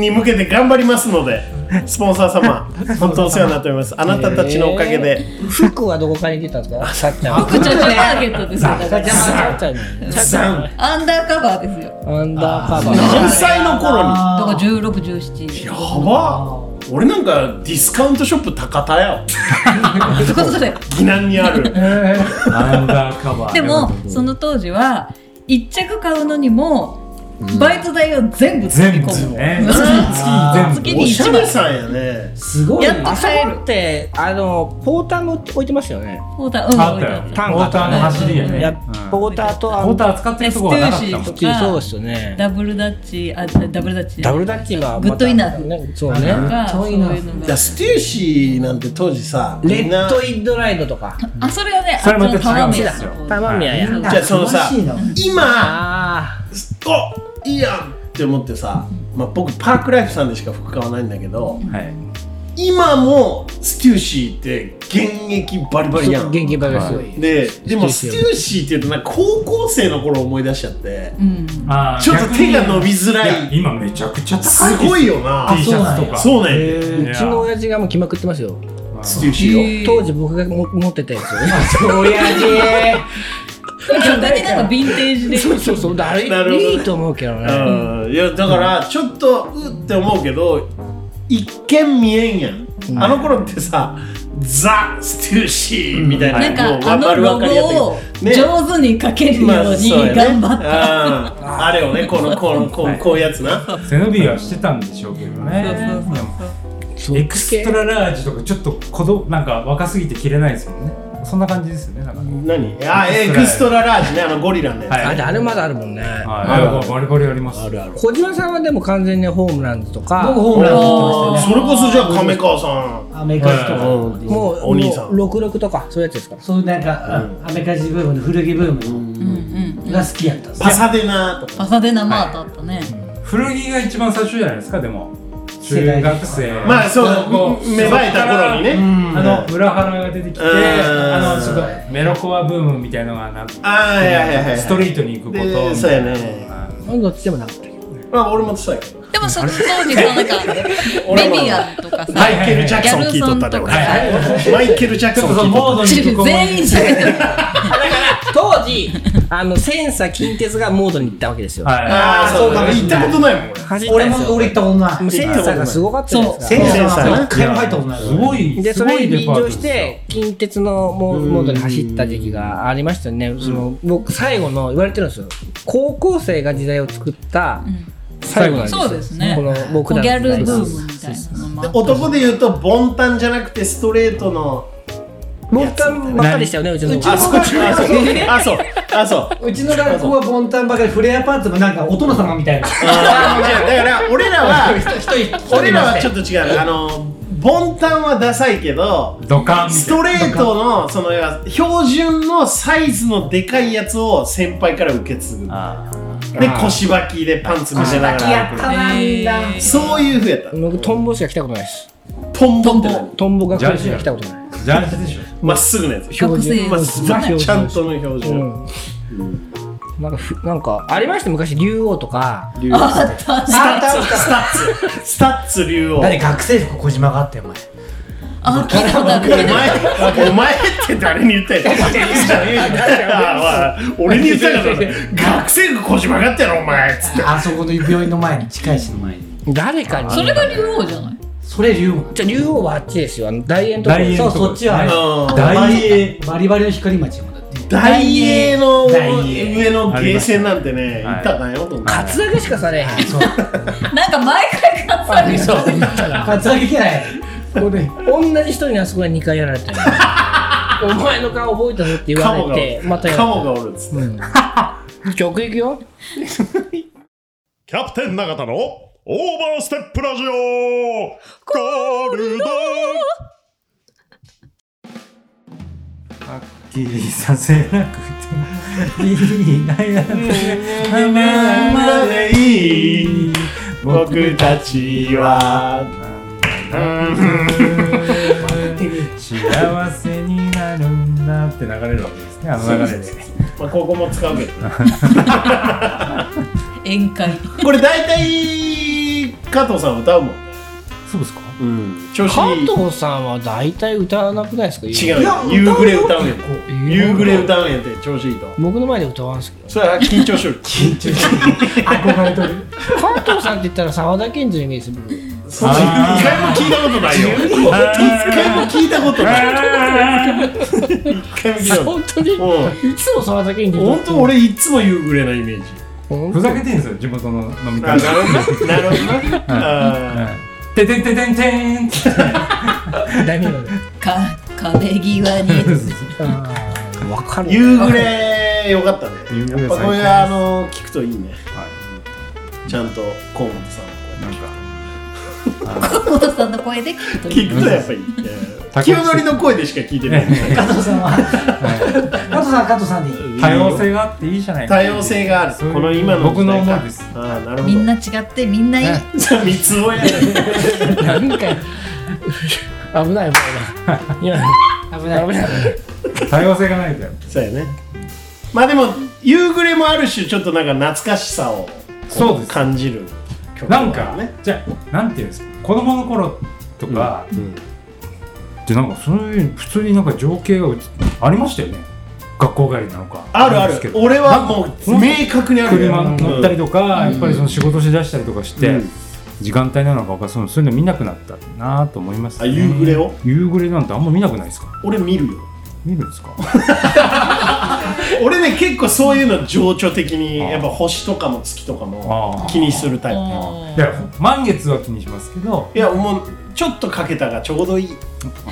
A: に向けて頑張りますのでスポンサー様本当お世話になっておりますあなたたちのおかげで、
C: 服はどこからに出たんですかさっちゃん
D: 僕ちゃちゃマーケットですよだか
C: さっちゃんさっちゃんさっ
D: ら
C: ちゃ
A: さ
C: ん
A: ん
D: アンダーカバーですよ
C: アンダーカバー
A: 何歳の頃に
D: だから1617
A: やば俺なんかディスカウントショップ高田やわ
D: そこそこで
A: 疑難にあ る
E: アンダーカバー
D: でもその当時は一着買うのにもバイト代を全部突き
E: 全部
D: 込む、
E: ね
D: うん
E: 月
D: 月
E: 全
A: お
D: に
A: し
D: 一
A: ゃれ
D: 枚
A: さんやね
C: すごい
D: やっと
C: あそ
D: 買える
C: こってあのポーターも置いてますよね
D: そうだうん
E: 部あっ
D: 置い
E: た
D: てある
E: よ
C: タンカー
E: ポーターの走りや
D: うん
E: ね
C: や
E: うん
C: ポーターとあ
E: ポー
C: の
E: ター使ってるとこはなかったもん
D: ス
E: ね
D: テューシーとか
C: そうですよね
D: ダブルダッチあダブルダッチ
C: ダブルダッチがまた
D: グッドイナー
C: ねそうね
D: とかそういうの
A: いや
D: が
A: ステューシーなんて当時さ
C: レ
A: みんな
C: ッドインドライドとか
D: あそれはね
E: それまた
D: あっちの
E: 違う
D: 玉宮
E: んです
D: さ
E: よ
D: ん
C: タマミヤや
A: じゃあそのさ
B: 詳しいな
A: 今
C: あー
A: おいいやんって思ってさ、まあ、僕パークライフさんでしか服買わないんだけど
E: はい
A: 今もステューシーって現役バリバリやん
C: 元気バカすごい
A: ででもス
C: ステ
A: テ
C: ュ
A: ュ
C: ーシー
A: ーシーっていうとなんか高校生の頃思い出しちゃって
D: うん
E: あー
A: ちょっと手が伸びづら
E: 逆に
A: い
E: 今めちゃくちゃ高い
A: すごいよな
E: T シャツとか
A: そうね、
E: ー
C: うちの親父がもう着まくってますよ
A: ステューシーを
D: へー
C: 当時僕がも持ってたやつよ親
D: 逆になんかヴィンテージで
C: そうそうそうだあれ
A: なるほどね
C: いいと思うけどね
A: うんいやだからちょっとうって思うけど一見見えんやん、あの頃ってさザ・ステューシーみたいな、
D: なん
A: もう
D: かあの
A: 丸
D: ロ
A: 分かりやったけ
D: ゴ
A: ど
D: を上手にかけるように
A: そうやね
D: 頑張った
A: うんあれをねこ のこのこうこういうやつな
E: 背伸びはしてたんでしょうけどね
D: そうそう
E: でも
D: そ
C: そ
D: う
C: う
E: エクストララージとかちょっと子供なんか若すぎて着れないですもんねそんな感じですよねなんかね
A: 何あエクストララージねあのゴリラね、
E: はい
C: あれあれまだあるもんね
E: はいやバリバリありますあるある
C: 小島さんはでも完全にホームランズとか
B: 僕ホームラン打ってまし
A: それこそじゃあ亀川さ
B: たね。アメリカ人と
A: ん、う
B: か。
A: ん
C: もう
A: お兄さん
C: もう66とかそういうやつですから
B: そういうなんか、アメリカ人ブームの古着ブー
D: うんうん
B: ムが好きやったんですよ
A: パサデナとか
D: パサデナマートあったね
E: 古着が一番最初じゃないですかでも中
B: 世代
E: 学生
A: まあそう
E: もう
A: 芽生えた頃にね
E: うんあの裏腹が出てき
A: うん
E: てあのちょっとメロコアブームみたいのがなって
A: あーいやいやいや
E: ストリートに行くことみたい
A: で
E: な
A: そうやね
C: どっちでもなかったけど
A: まあ俺もそうやけど
D: でもそ当時さなんか
A: 俺
D: メ
A: も
D: ビアンとかさ
A: マイケル・ジャクソン聞いとったで俺
D: ギ
A: マイケル・ジャク
E: ちょ
A: ソ
E: っ
A: ン聞い
E: とそのモー
A: とっ
E: ドに行く子も
D: 全員喋ってる
C: 当時あのセンサ近鉄がモードに行ったわけですよ
A: た
E: は
A: ああそうだね行ったことないもん
C: 走った
B: 俺
C: んです
B: も
C: よ
B: 俺行ったことない
C: もうセンサーがすごかったです
B: セ
C: か
B: ンサ
A: セン
B: ー
A: サーな
B: は一回も入ったことないい
E: すごい
C: ですそ
E: ご
C: れ
E: い
C: に
E: デ
C: 便
E: パート
C: 乗
E: で
C: し
E: すよ
C: て近鉄のモモードに走った時期がありましたよねその僕最後の言われてるんですよ高校生が時代を作った最後なんですよ
D: そうですね
C: この僕
D: ギ
C: らの時代
D: ャルブ
C: が
D: ームみたいなのもあ
A: 俺
D: っ
A: 男で言うとボンタンじゃなくてストレートの
C: モンタンばっかりでしたよねうちの
A: あそこあそうあそうあそう
B: うちの学校はボンタンばかりフレアパンツもなんかお殿様みたいな
A: あー違うだから俺らは
B: 一人一人
A: 俺らはちょ
B: っ
A: っと違うあのボンタンはダサいけど
E: ドカンみ
A: ス
E: たい
A: トレートのその要は標準のサイズのでかいやつを先輩から受け継ぐ
E: な
A: で腰履きでパンツ見せなが
B: やっ
A: ら
B: たなみんな
D: えー
A: そういうふうやった
C: 僕トンボしか来たことないです
A: トンボって何
C: トンボ学校しか来たことない
E: ジャージでしょ
A: まっすぐのやつ
D: 学生
A: まっ
D: です
A: すぐちゃんとの表
C: う
A: 情
C: んなんかふなんかありました昔竜王とか
A: 竜王スタ
B: あったあ
A: ッ
B: っ
A: ツスタッツスタッツ竜王お前
B: 何学生服小島があってお前
D: あ聞いたことあるけど
A: お前って誰に言ったやつ俺に言ったやつ学生が腰曲がってやろお前っつって
B: あそこの病院の前に近いしの前に
C: 誰かに
D: それが竜王じゃない
B: それ竜
C: じゃあ竜王はあっちですよあの大円とか
E: 大円
B: そうそっちは
E: ね
A: うん
B: 王
E: 大英
B: バリバリの光町もだって
A: 大英の
B: 大英
A: 上のゲーセンなんてね、行
E: はい
A: ったなよと思って
C: カツアゲしかされへん。
D: なんか毎回カツア ゲ
C: そう。
B: カツアゲ嫌いこれ
C: 同じ人にあそこで2回やられて。お前の顔覚えたぞって言
A: カ
C: わ
A: モ
C: れ
A: がお
C: て、また
A: る
C: や
A: カモがおるっつって
C: る。曲行くよ。
A: キャプテン永田のオーバーステップラジオゴールド
E: はっきりさせなくてもいいなや
A: までいい僕た
E: ちは幸せになるんだって流れるわけですねあの流れで
A: まあここも使うけどね
D: 宴会
A: これ大体加藤さん歌うもんね
E: そうですか
A: うん調子
C: 加
A: いい
C: 藤さんは大体歌わなくないですか
A: 違うよ夕暮れ歌うんやて
C: う
A: 夕暮れ歌うんやて調子いいと
C: 僕の前で歌わんすけど。
A: それは緊張しよる
B: 憧れとる
C: 加藤さんって言ったら沢田研二のイメージでする。
A: そんな一回も聞いたことないよ一回も聞いたことない一回も聞いたこと
C: 本当に
A: ない
C: いつも沢田研二
A: うん本当俺いつも夕暮れなイメージ
E: ふざけてんですよ地元の飲み
A: あ
E: 会で
A: なるほどななるほどなあ
E: はいててんててんてんって
C: ダメなの。
D: か壁際に
C: わか
A: ー
C: る。
A: 夕暮れよかったね
E: 夕暮
A: や
E: れ
A: っ
E: 最
A: ぱ
E: 高
A: これあの聞くといいね
E: はい
A: ちゃんと河本さん
E: なんか
D: お父さんの声で聞くとい
A: 聞
D: い
A: くとやっぱりいいね
E: 高橋
A: 清則の声でしか聞いて ない
B: 加藤さんは加藤さんは加藤さんでいい
E: 多様性があっていいじゃないか
A: 多様性がある
E: そういう
A: この今の
E: 僕の
A: 時代か
E: 思いです
A: ああなるほど
D: みんな違ってみんないい
E: ね
A: じゃあ三つ子やね
C: なんか危ない 危ない今危ない危ない
E: 多様性がないとやっぱ
A: そうやねまあでも夕暮れもある種ちょっとなんか懐かしさをこ
E: そうです
A: 感じる曲だ
E: な
A: よ
E: ん
A: ね
E: かじゃあなんていうんですか子供の頃とか
A: うん
E: でなんかそういう普通になんか情景がうちありましたよね学校帰りなのか
A: あるあ
E: なんですけ
A: る
E: ど
A: 俺はもう明確にあるよ
E: 車乗ったりとか、やっぱりその仕事しだしたりとかして、
A: うん
E: 時間帯なのか分かんないそうそういうの見なくなったなと思います、
A: あ夕暮れを
E: 夕暮れなんてあんま見なくないですか
A: 俺見るよ
E: 見るんですか
A: 俺ね結構そういうの情緒的に
E: あー
A: やっぱ星とかも月とかも
E: あー
A: 気にするタイプ
E: いや満月は気にしますけど
A: いやもうちょっとかけたがちょうどいい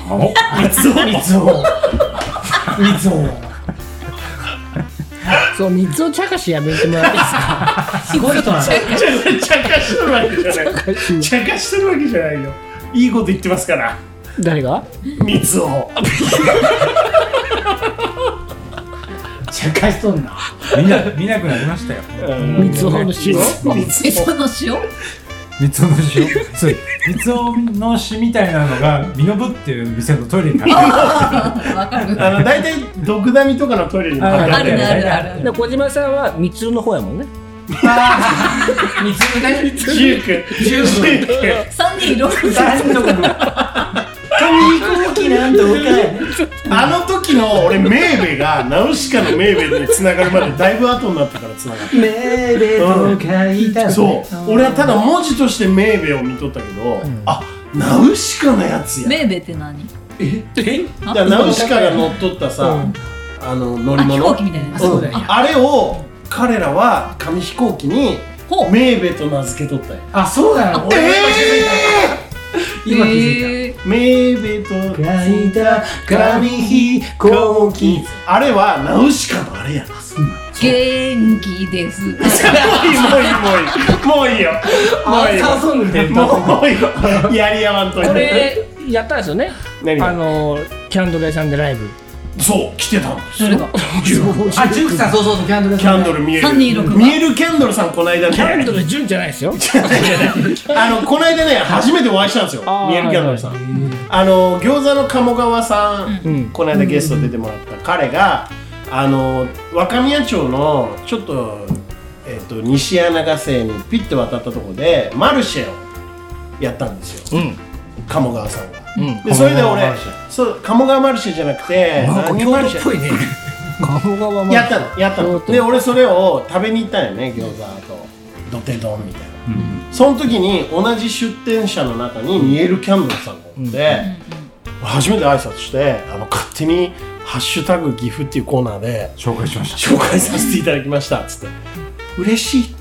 E: お
A: 三つ子
B: 三つ王三つ王
C: そう三つお茶菓子やめてもらっていいですか
B: すごい人なんだ
A: ちゃちゃかしとるわけじゃないちゃかしとるわけじゃないよいいこと言ってますから
C: 誰が
A: 三つ子
B: 社会しとんな
E: 見な見なくなりましたよ
A: うん
C: 三つおの塩
D: えその塩
E: 三つの 塩そう三つの詩みたいなのがミノブっていう店のトイレ にあっ
D: わかる
A: あの大体毒ダミとかのトイレにも
E: あ
A: あ
E: る
A: る
D: あるねあるある
C: で小島さんは三つおの方やもんね
B: 三つのね
A: 十九十九
D: 三人いろいろ
B: 三の髪飛行機なんとかやね
A: あの時の俺メーベがナウシカのメーベに繋がるまでだいぶ後になってから繋がっ
B: メーベと書いた
A: た
B: ね
A: そう俺はただ文字としてメーベを見とったけど、あナウシカのやつや
D: メーベって何
A: だからナウシカが乗っとったさ、あの乗り
D: あ飛
A: 物
D: 行機みたいなやつ
B: そうだよ
A: んあれを彼らは紙飛行機に
D: ほう
A: メーベと名付けとったよ
B: あそうなの
A: え
B: 今気づい
A: ー、
D: えー
A: メーベと
B: た書いた紙飛行機
A: あれはナウシカのあれやな
D: 元気です
A: もういいもういいもういいもういいよもういい
B: あ
A: よ
B: そうなんだ
A: もういいよやりやわんといて
C: これやったんですよね
A: 何
C: あ
A: が
C: のキャンドル屋さんでライブ
A: そう来てたの
D: それが
B: あジュンクさんそうそうそうキャンドル
A: キャンドル見え
D: 三人六
A: る
D: 番
A: 見えるキャンドルさんこないだ
C: キャンド
A: ね
C: ル純じゃないですよ
A: あのこないだね初めてお会いしたんですよ
C: あー
A: 見えるキャンドルさんあの餃子の鴨川さん
C: うん
A: この間ゲスト出てもらった彼があの若宮町のちょっと,、えっと西柳ヶ瀬にピッて渡ったところでマルシェをやったんですよ
C: うん
A: 鴨川さんが。
C: うん
A: でそれで
E: 鴨川
A: 俺
E: マルシェ
A: そう鴨川マルシェじゃなくて
C: なんか
A: 何
C: 京
A: マルシ
C: 都っぽ
A: ェ
C: いね鴨川も
A: やったのやった
C: 京
A: の
C: 都
A: で俺それを食べに行ったんよね餃子と土手丼みたいな、その時に同じ出店者の中に見えるキャンドルさんがおって、初めて挨拶してあの勝手にハッシュタグ岐阜っていうコーナーで
E: 紹介しまし
A: 紹介させていただきましたつって嬉しい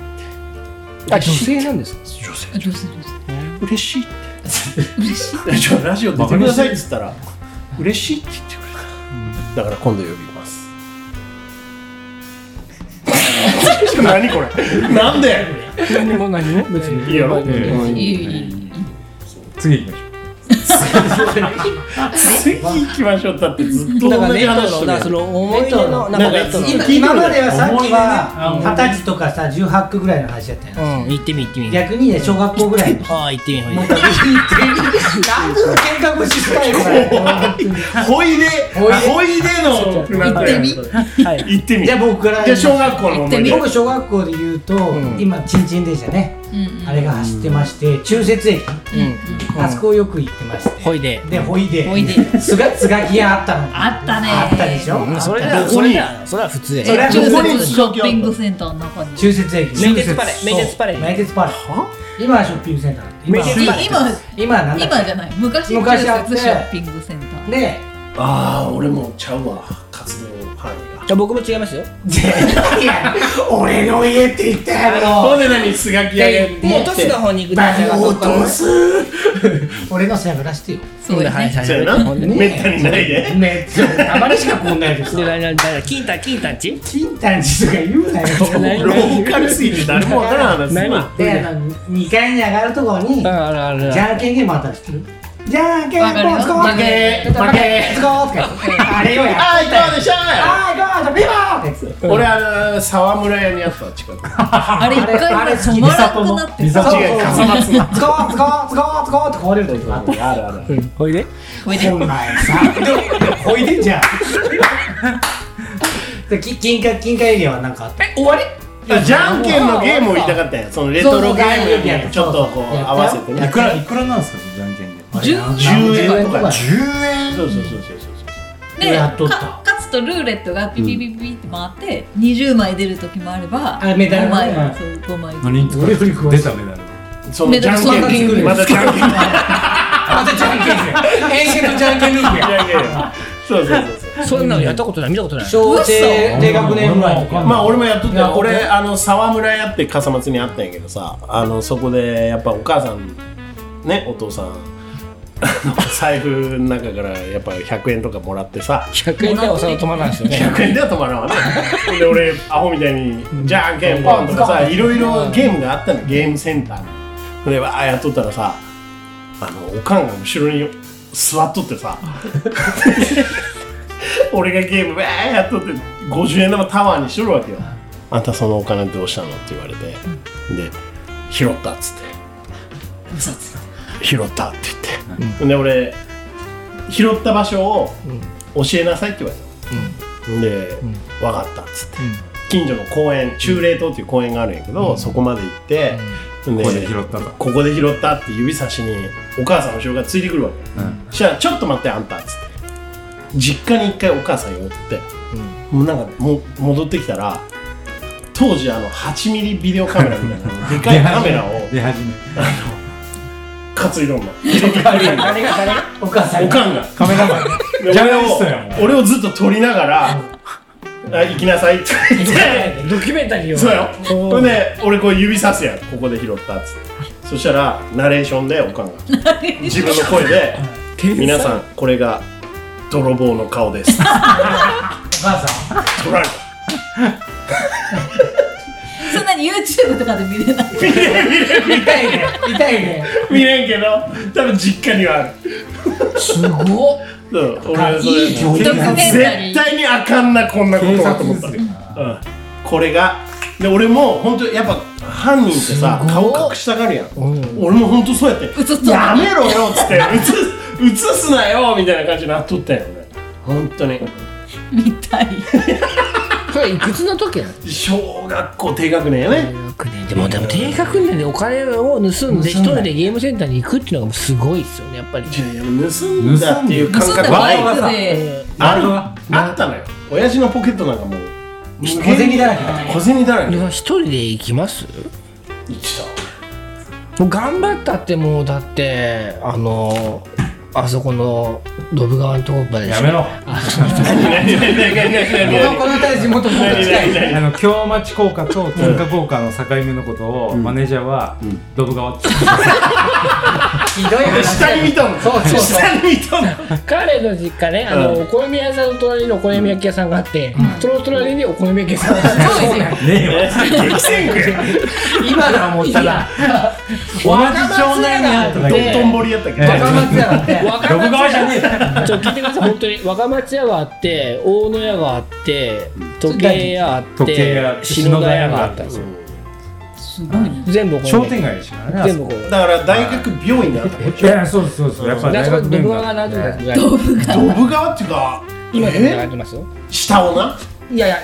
C: あ女性なんですか
A: 女性
D: あどうするどう
A: 嬉しい
D: 嬉しい
A: じゃあラジオ出てくださいっつったら嬉しいって言ってくれただから今度呼びます何これなんで
C: 何も何も別に
A: いいやろ
C: まあ
E: え
A: うん
D: いいいい
E: た次行きましょう
A: 次行きましょうだってずっと
C: だから
A: 同じ
C: レト
A: 話して
C: ロ
A: る
C: なその思い
A: レ
C: 出の
A: トロ
C: なんかレトロ
A: なんか聞
B: 今
A: いて
B: 今
A: る
B: まではさっき
E: 思
B: はい
E: 出ね
B: 二十歳とかさ18区ぐらいの話だったよね、
C: うん行ってみ行ってみ
B: 逆にね小学校ぐらいの
C: ああ行ってみほい
B: もう一回 何の喧嘩腰スタイルだよ
A: ほいでほいでの
D: 行ってみ
C: はい
A: 行ってみ
B: じゃあ僕から
A: じゃあ小学校の思い出
B: 僕小学校で言うと、
C: ん
B: 今チンチン電車ね、
D: うん
B: あれが走ってまして中節駅、
C: うん
B: あそこをよく行ってまして
C: ほいで
B: でほいで
D: おいで
B: つがつがき屋あったの
D: あったね
B: あったでしょ、
C: うんそれ
B: あっ
C: だ
A: ど
C: そ
A: こ
C: れ
A: に
C: だそれは普通
B: それ
C: で
B: は
A: ど
D: 中
A: こに
D: 節ショッピングセンターの中に
B: た中節駅
C: 名鉄パレ名鉄パレ
B: そう名鉄パレ今はショッピングセンターだって
C: 名
B: 今
C: 鉄パレ
D: い今
B: 今はなんだっ
D: 今じゃない昔中
B: 昔あって
D: 節ショッピングセンター
B: けで
A: ああ俺もちゃうわ活動範囲が
C: じゃあ僕も違いますよ
B: でいや俺の家って言ったや
A: ほん
B: ろ
A: で何すがき屋で
C: 元栖の方に行く電
B: バ
C: 車が
B: カ
C: そこ
B: 落
C: からね
B: とす 俺の背中出してよ
D: そうやね
A: そうやなめったにないで
B: めっちゃあまりしかこんないで
C: で、な、な、な、金太、金太んち。
B: 金丹寺とか言うなよ
A: ローカルすぎて誰もわからん話す
C: ないわ
A: な
B: であの2階に上がるところに
C: あ
B: じ
C: るある
B: ゃんけんゲームあったら知ってるじゃんけん
D: わかる
B: ぽん
D: よ
B: つこ
D: 負け
B: 負けつこーつこあれよや
A: あーいかがでしょう
B: あーいこうじゃビバーってやつ
A: 俺あの沢村屋にあった近く
D: あれ一回
B: あれ
D: 止まらなくなって
E: 美
D: さ
E: 里
B: そ
E: の
B: うそう
A: 違う
B: そう
A: 笠松の
B: つこーつこーつこーつこーって壊れるときがある
A: あるある
C: うん、ほいで。
D: おいで
B: お前さほいでんじゃんでき金貨金貨エリアは何かあった
C: 終わり。
A: あじゃんけんのゲームを言いたかったんやそのレトロゲームにちょっとこう合わせて
B: や
A: ね
E: いくらいくらなんですかじゃんけんで
D: 10
A: 10円とか
E: 10円
A: そうそうそうそうそう
D: で
B: やっとった
D: か勝つとルーレットがピピピピピって回って20枚出る時もあれば
B: あメダル
D: 5枚
B: うん
D: そう5枚
E: 何に使う
B: 俺より詳しい
E: 出たメダル
A: そのじゃんけんゲームまたじゃんけんゲーム
B: またじゃんけん永遠のじゃんけんルール
A: じゃんけんゲームそうそうそうそう
C: そんなのやったことない、見たことない。
B: 小低低学年ぐらいの時
E: ま
A: まあ俺もやっとっ
B: い
A: た
B: や
A: よ俺あの沢村屋って笠松にあったんやけどさあのそこでやっぱお母さんねお父さん あの財布の中からやっぱ100円とかもらってさ
C: 百円でお皿止まらないですよね。
A: 100円では止まらんわねほん で俺アホみたいに「じゃんけんポン」とかさいろいろゲームがあったのゲームセンターにほんでわあやっとったらさあのおかんが後ろに座っとって さ俺がゲームわあやっとって50円玉タワーにしとるわけよ「あんたそのお金どうしたの?」って言われてで「拾った」っつって「拾った」って言って、ほん、で俺拾った場所を教えなさいって言われたので、分かったっつって、近所の公園中霊島っていう公園があるんやけど、そこまで行って、で
E: ここで拾ったと
A: ここで拾ったって指差しにお母さんの後ろがついてくるわけ、
E: うん
A: そしたら「ちょっと待ってあんた」っつって実家に一回お母さん寄って、もうなんかもう戻ってきたら当時あの8ミリビデオカメラみたいなでかいカメラを
E: 出始め
A: 担いどんの
B: 誰が誰がお母さん
A: お
B: が
A: かんが
E: カメラマン
A: で
E: ジャー
A: 俺
E: ナリストやもん
A: を俺をずっと撮りながら「あ行きなさい」って言って。
C: ドキュメンタリーを。
A: そうよ。ほんで、俺こう指さすやん。ここで拾ったっつって。そしたら、ナレーションでおかん が。自分の声で、 皆さん、これが泥棒の顔 です。
B: お母さん
A: 取られ
D: そんなに YouTube とかで見れ ない
B: 痛いね痛いね
A: た。見れんけど、多分実家にはある。
B: すごっ
A: うん、俺はそれ
B: いい教育
A: 絶
D: だね
A: 絶対にあかんな、こんなことはと思った。うん、これが。で、俺も、本当やっぱ、犯人ってさ、顔隠したがるやん。俺も本当そうやって。
D: 映っとった
A: やめろよっつって映す映すなよみたいな感じになっとったよね本当に
D: みたい
C: それいくつの時や。
A: 小学校低学年やね
C: 学年でも、でも、低学年でお金を盗んで、一人でゲームセンターに行くっていうのがもうすごいですよね、やっぱり。
A: いやいや盗んだっていう感
D: 盗ん
A: 覚
D: だ
A: は
D: バイクで
A: ある
E: な
A: あったのよ親父のポケットなんかもう
B: 小銭だらけだね
A: 小銭だらけ
C: 一人で行きます。
A: 言って
C: もう頑張ったって、もう、だって、あの。あそこのドブ川のとこまで
E: やめろ
B: この歌地元の方近い
E: あの京町効果と金華効果の境目のことを、マネージャーは、ドブ川って言ってます
C: ひどい話
A: 下に見たの
C: そうそうそう
A: 下に見たの
C: 彼の実家ね、あの、お好み屋さんの隣にお好み焼き屋さんがあって、その隣にお好み焼き屋さんがあって、そうなんや
E: ねえよ
A: 激戦区や
C: 今だ思ったら、
E: 同じ町内にあっただ
A: ど
E: け
A: んぼりやったっけ
E: ええ
B: 若松だからね
C: 若
E: ドブ川じゃねえ
C: ちょっと聞いてください、本当に若松屋があって、大野屋があって、時計屋あっ
E: 時計屋
C: て、篠田屋があったんですよ。
D: すごいね。
C: 全部お好
E: 商
C: み
E: 店
C: 焼
E: 街でしか
C: き
E: ね
C: 全部こ
A: だ
C: う。
A: から大学病院だった
E: いやそうですそうですやっぱ
C: だ
E: 大
C: から
E: 学
C: ド
E: メン
C: ブ
E: バー
C: 川の後だ
E: ね
C: ぐらい。
A: ドブ川っていうか
C: 今でも流
A: え
C: れてますよ。
A: 下をな。
C: いやいや、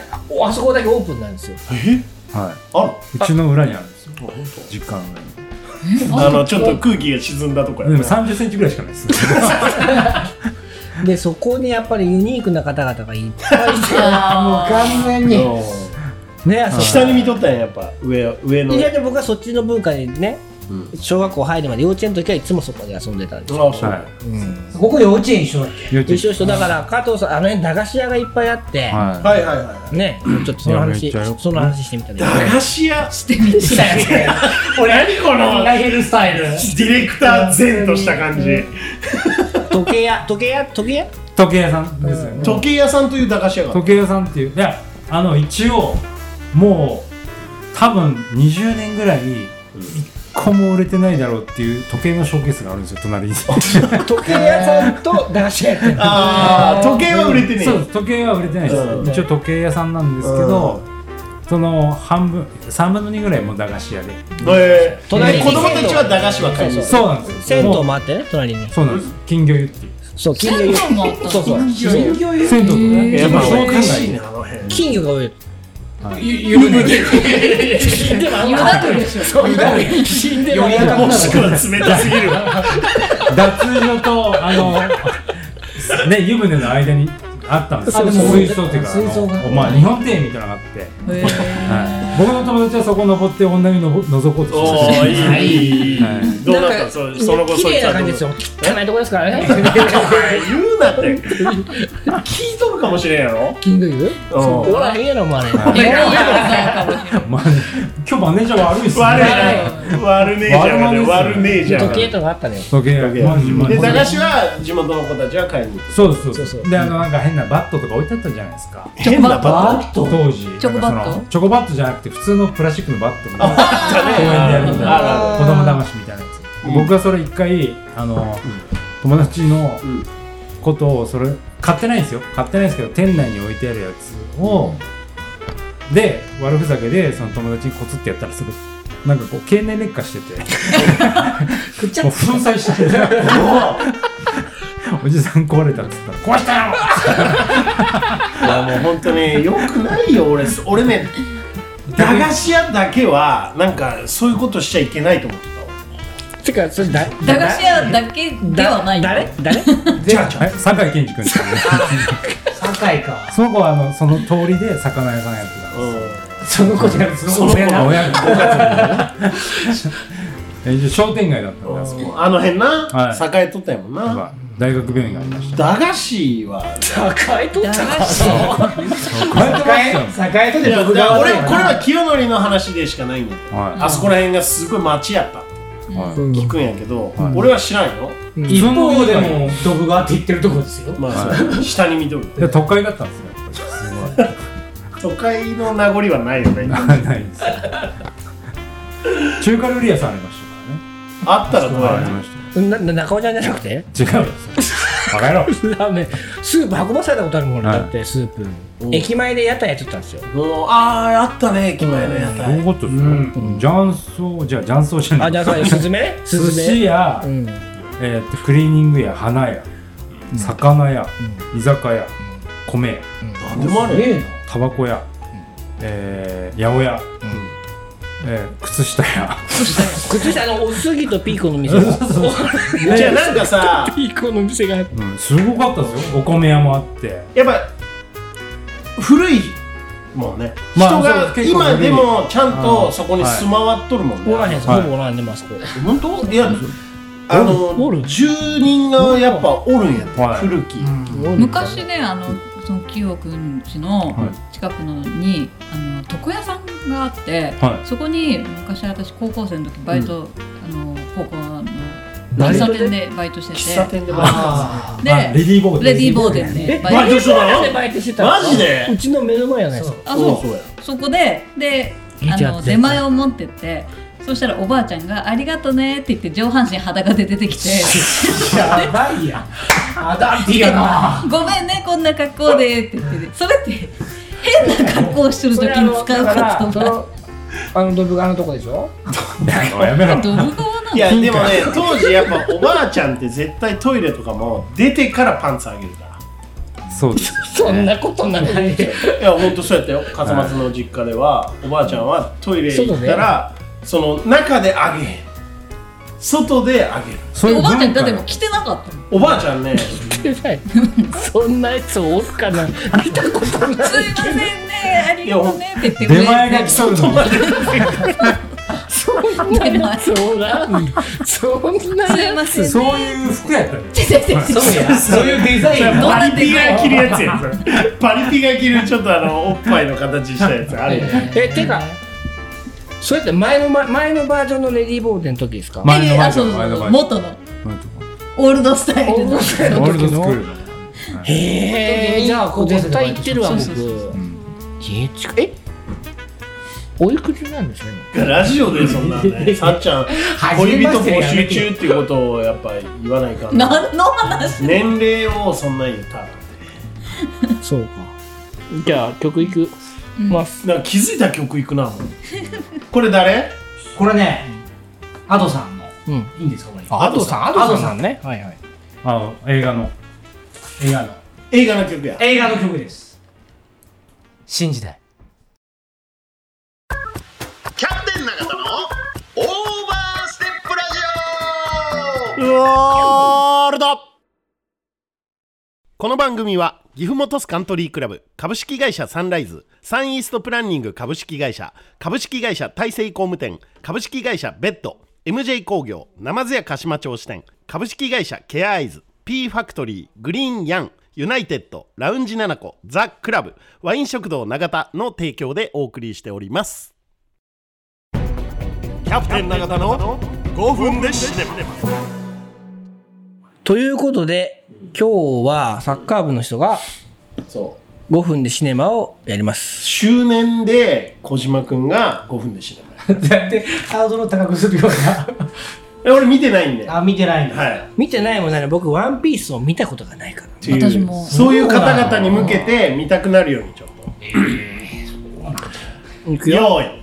C: ああそこだけオープンなんですよ。
A: え
E: は
A: ある
E: いうちの裏にあるんですよ実家の裏に
A: あのちょっと空気が沈んだとこや
E: でも3 0ンチぐらいしかないです
C: で、そこにやっぱりユニークな方々がいっぱいいて。
B: あーもう完全に
C: ね、あそこ
A: 下に見とったんややっぱ上上の
C: いやでも僕はそっちの文化にね、
A: ん
C: 小学校入るまで幼稚園の時はいつもそこで遊んでたんですよ、
A: あそう、
E: は
B: ここ幼稚園一緒だっ
E: い
B: け
E: 幼稚園
C: 一緒一緒だから加藤さんあの辺駄菓子屋がいっぱいあって、
E: は
A: はいはいはい
C: ねちょっとその
E: い
C: 話
E: やめっちゃよく
C: その話してみたらいい
A: 駄
C: ね
A: 菓子屋
D: して みて。
A: 何このデ
B: ヘルスタイル
A: ィレクター善とした感じ
C: 時計屋時計屋時計屋
E: い時計屋さんですよね
A: 時計屋さんという駄菓子屋がある
E: 時計屋さんっていういやあの一応もう多分20年ぐらい1個も売れてないだろうっていう時計のショーケー スがあるんですよ隣に
C: 時計屋さんと駄菓子屋やってる
A: ああ時計は売れてねえ
E: そうです時計は売れてないです、
A: うん
E: 一応時計屋さんなんですけど、その半分3分の2ぐらいもう駄菓子屋で、
A: えー
C: 隣
A: で
C: に
A: 子供たちは駄菓子は買います
E: そうなんですよ
C: 銭湯
E: も
C: もあってね隣に
E: うそうなんです金魚湯っていう
C: そう金魚
D: 銭湯もあった
C: そうそう
D: 金魚湯
E: 銭湯とか
D: へ
E: ね
D: ー
A: やっぱおか
E: そう
A: し
E: いう
A: い
E: の
A: ねあの辺
C: 金魚が多い
E: 湯船で
C: でもあん
D: 湯
C: ま
D: だとでしょ。そう
C: 死んでない
A: もしくは冷たすぎる
E: 脱衣所とあのね湯船の間にあったんですよ
B: あでも
E: 水槽っていうかあの
B: 水槽が
E: まあ日本庭園みたいなのがあって、はい、僕の友達はそこ登って女湯のぼ覗こうとしてま
A: お
E: した
A: ーいいいい
E: はい
A: どうだったそその後
C: 綺
A: そい
C: 麗
A: つ
C: な
A: はど
C: 感じ
A: う
C: ですよ汚いとこですからね
A: 言うなって聞いとるかもしれんやろ
C: 金魚湯
A: うん
C: おらへんやろお前
D: いやいやそうかもしれない。
E: まあ今日マネージャー悪いっすね
A: 悪いな悪ねえじゃんね悪ねえじゃん
C: 時計とかあったのよ
E: 時計
A: 時計
E: マジマジ
A: で駄菓子は地元の子たちは買いに行く
E: そうですそうです
C: そう
E: であのなんか変なバットとか置いてあったじゃないですか
A: 変なバット
E: 当時
D: チョコバット
E: なんかそのチョコバットじゃなくて普通のプラスチックのバットみたいな
A: あったね
E: 公園でやるみたい
A: あるある
E: な子供騙しみたいなやつ、
A: うん
E: 僕はそれ一回あの、友達の
A: うん
E: ことをそれ買ってないんですよ買ってないんですけど店内に置いてあるやつを、で悪ふざけでその友達にコツってやったらすぐなんかこう経年劣化しててもう粉砕してて おじさん壊れたっつったら壊したよ
A: いやもう本当によくないよ俺俺ね駄菓子屋だけはなんかそういうことしちゃいけないと思って
C: てかそれだ
D: 駄菓子屋だけではない。
C: 誰誰
E: じゃあ酒井健二君っていう
B: 酒井か
E: その子はあのその通りで魚屋さんやってたん
A: た
E: で
A: わ、
B: その子じゃなくてその
E: す
B: 子親
E: よ
B: な
E: 親が いや商店街だったんであそ
A: う
E: こ
A: んあの辺な、
E: は
A: 栄えとったやもん
E: や
A: な
E: っぱ大学病院がありました
A: 駄菓子は
C: 高いと
D: 駄菓子
B: 酒井と
A: い
B: で
A: や
B: 僕
A: だか
B: が
A: ら俺
B: 悪い
A: これは清則の話でしかないんだけど、
E: はい
A: あそこら辺がすごい町やった
E: は
A: 聞くんやけど、俺は知らんよ、
E: い
B: 一方でもドブ川って言ってるとこですよ
A: まあそう下に見とる
E: いや都会だったんですよやっぱり
A: 都会の名残はないよね
E: すごい ないですよ中華料理屋さんありまし
A: あったら
E: たか
A: どう
E: らね
A: や
E: し
C: なな中尾ちゃんじゃなくて
E: た違うんですよバカ野郎
C: ラーメンスープ運ばされたことあるもん俺
E: はい
C: だってスープ
A: うん
C: 駅前で屋台やっとったんですよ
A: もうあああったね駅前の屋
E: どうい
A: 台
E: うことですか雀荘じゃあ雀荘じゃない
C: あじゃあそうスズメねス
E: 寿
C: ズ
E: 司
C: メ
E: 屋
C: うん
E: えーっとクリーニング屋花屋魚屋居酒屋米屋
A: なんでもある
B: ね
E: タバコ屋、えー八百屋、えー靴下屋
C: 靴下のおすぎとピーコの店が
A: じゃあなんかさ
C: ピーコの店が
E: うん、すごかったですよお米屋もあって
A: やっぱ古いもんね、
E: まあ
A: 人
E: そう
A: が
E: 結構古い
A: 今でもちゃんとそこに住まわっとるもんね、
C: おらへんす
E: はい
C: ほぼおらんでますこ
A: 本当いやあの
C: おる
A: 住人がやっぱおるんやって、
E: はい
A: 古き、
D: 昔ねあのその清くん家の近くのに、あの床屋さんがあって、
E: は
D: そこに昔私高校生の時バイト、あの高校の
C: バイト
D: 喫茶
C: で
D: 店でバイトしてて
A: 喫茶店でバイト
E: あー
D: で
E: あレディーボー
D: レ
E: デ
D: ディーボーデンでバイ
A: バイトしてたの
C: でバイトしてたの
A: マジで
C: うちの目の前やないですか
D: あ
A: そ
D: そうう
A: そうや
D: そこでで
C: いい
D: あ
C: じゃん
D: の出前を持ってってそしたらおばあちゃんが「ありがとね」って言って上半身裸で出てきて
B: やばいやんアダルティーや
D: 「
B: な
D: ごめんねこんな格好で」って言っててそれって変な格好をしてる
C: そ
D: 時
C: れあ
D: に
C: の
D: 使う
C: だからそ
D: 言葉
C: のあのドブがあのとこでしょ
E: おいやめろ
D: ドブ川なの
A: いやでもね当時やっぱおばあちゃんって絶対トイレとかも出てからパンツあげるから
E: そうです
C: そんなことないでしょ
A: いや本当そうやったよ笠松の実家ではおばあちゃんはトイレ行ったらその中であげへん外であげる
E: そういう
D: おばあちゃん
E: 文
D: だっ
E: 化
D: ても
E: よ
D: う着てなかったの
A: おばあちゃんね
C: そんなやつおるかな見たことない
D: すいませんねありがとねって言って
E: 出前が来
D: そ
E: とるのに
C: そ
D: んなやつ
C: うなんそんな
D: すいませんね
E: そういう服やったよ
C: そうやそういうデザイン
D: どん
A: パ
D: な
A: リピ
D: 出
A: が
D: 前
A: 着るやつやんそれパリピが着るちょっとあのおっぱいの形したやつあるよね
C: えてかそれって前のま前のバージョンのレディーボーデンの時ですか
E: 前の
D: あ
E: 前
D: そ
E: と
D: うそ
E: 前
D: う
E: の
D: そう
E: 前と
D: 元のオールドスタイルの
E: ワールドスクールの
C: へえじゃあこう絶対行ってるわ僕
D: そうそうそ
C: えちえおいくつなんですね
A: ラジオでそんなん ねさっちゃん恋人募集中っていうことをやっぱ言わないかんな
D: 何の話
A: 年齢をそんな言ったら
C: そうかじゃあ曲いくます
A: なんか気づいた曲いくなもうこれ誰
B: これねアドさんの
C: うん
B: いいんですかこれ
C: アドさんア
B: ドさん
C: ドさんねはいはい
E: あの映画の
B: 映画の
A: 映画の曲や
B: 映画の曲です
C: 新時代
F: キャプテン永田のオーバーステップラジオ
G: うおールドこの番組は岐阜本スカントリークラブ株式会社サンライズサンイーストプランニング株式会社株式会社大成工務店株式会社ベッド MJ 工業ナマズ屋鹿島町支店株式会社ケアアイズ P ファクトリーグリーンヤンユナイテッドラウンジナコザ・クラブワイン食堂永田の提供でお送りしておりますキャプテン永田の5分でシネマ
C: ということで今日はサッカー部の人が
A: そう
C: 5分でシネマをやります
A: 周年で小島くんが5分で死ぬ
B: だってハードルを高くするよう
A: え俺見てないんで
B: な
A: は
B: あ見てないの
A: い
C: 見てないもんなら僕ワンピースを見たことがないから
A: っていう
D: 私も
A: そういう方々に向けて見たくなるようにちょっと
C: いくよ
A: 用意
B: はい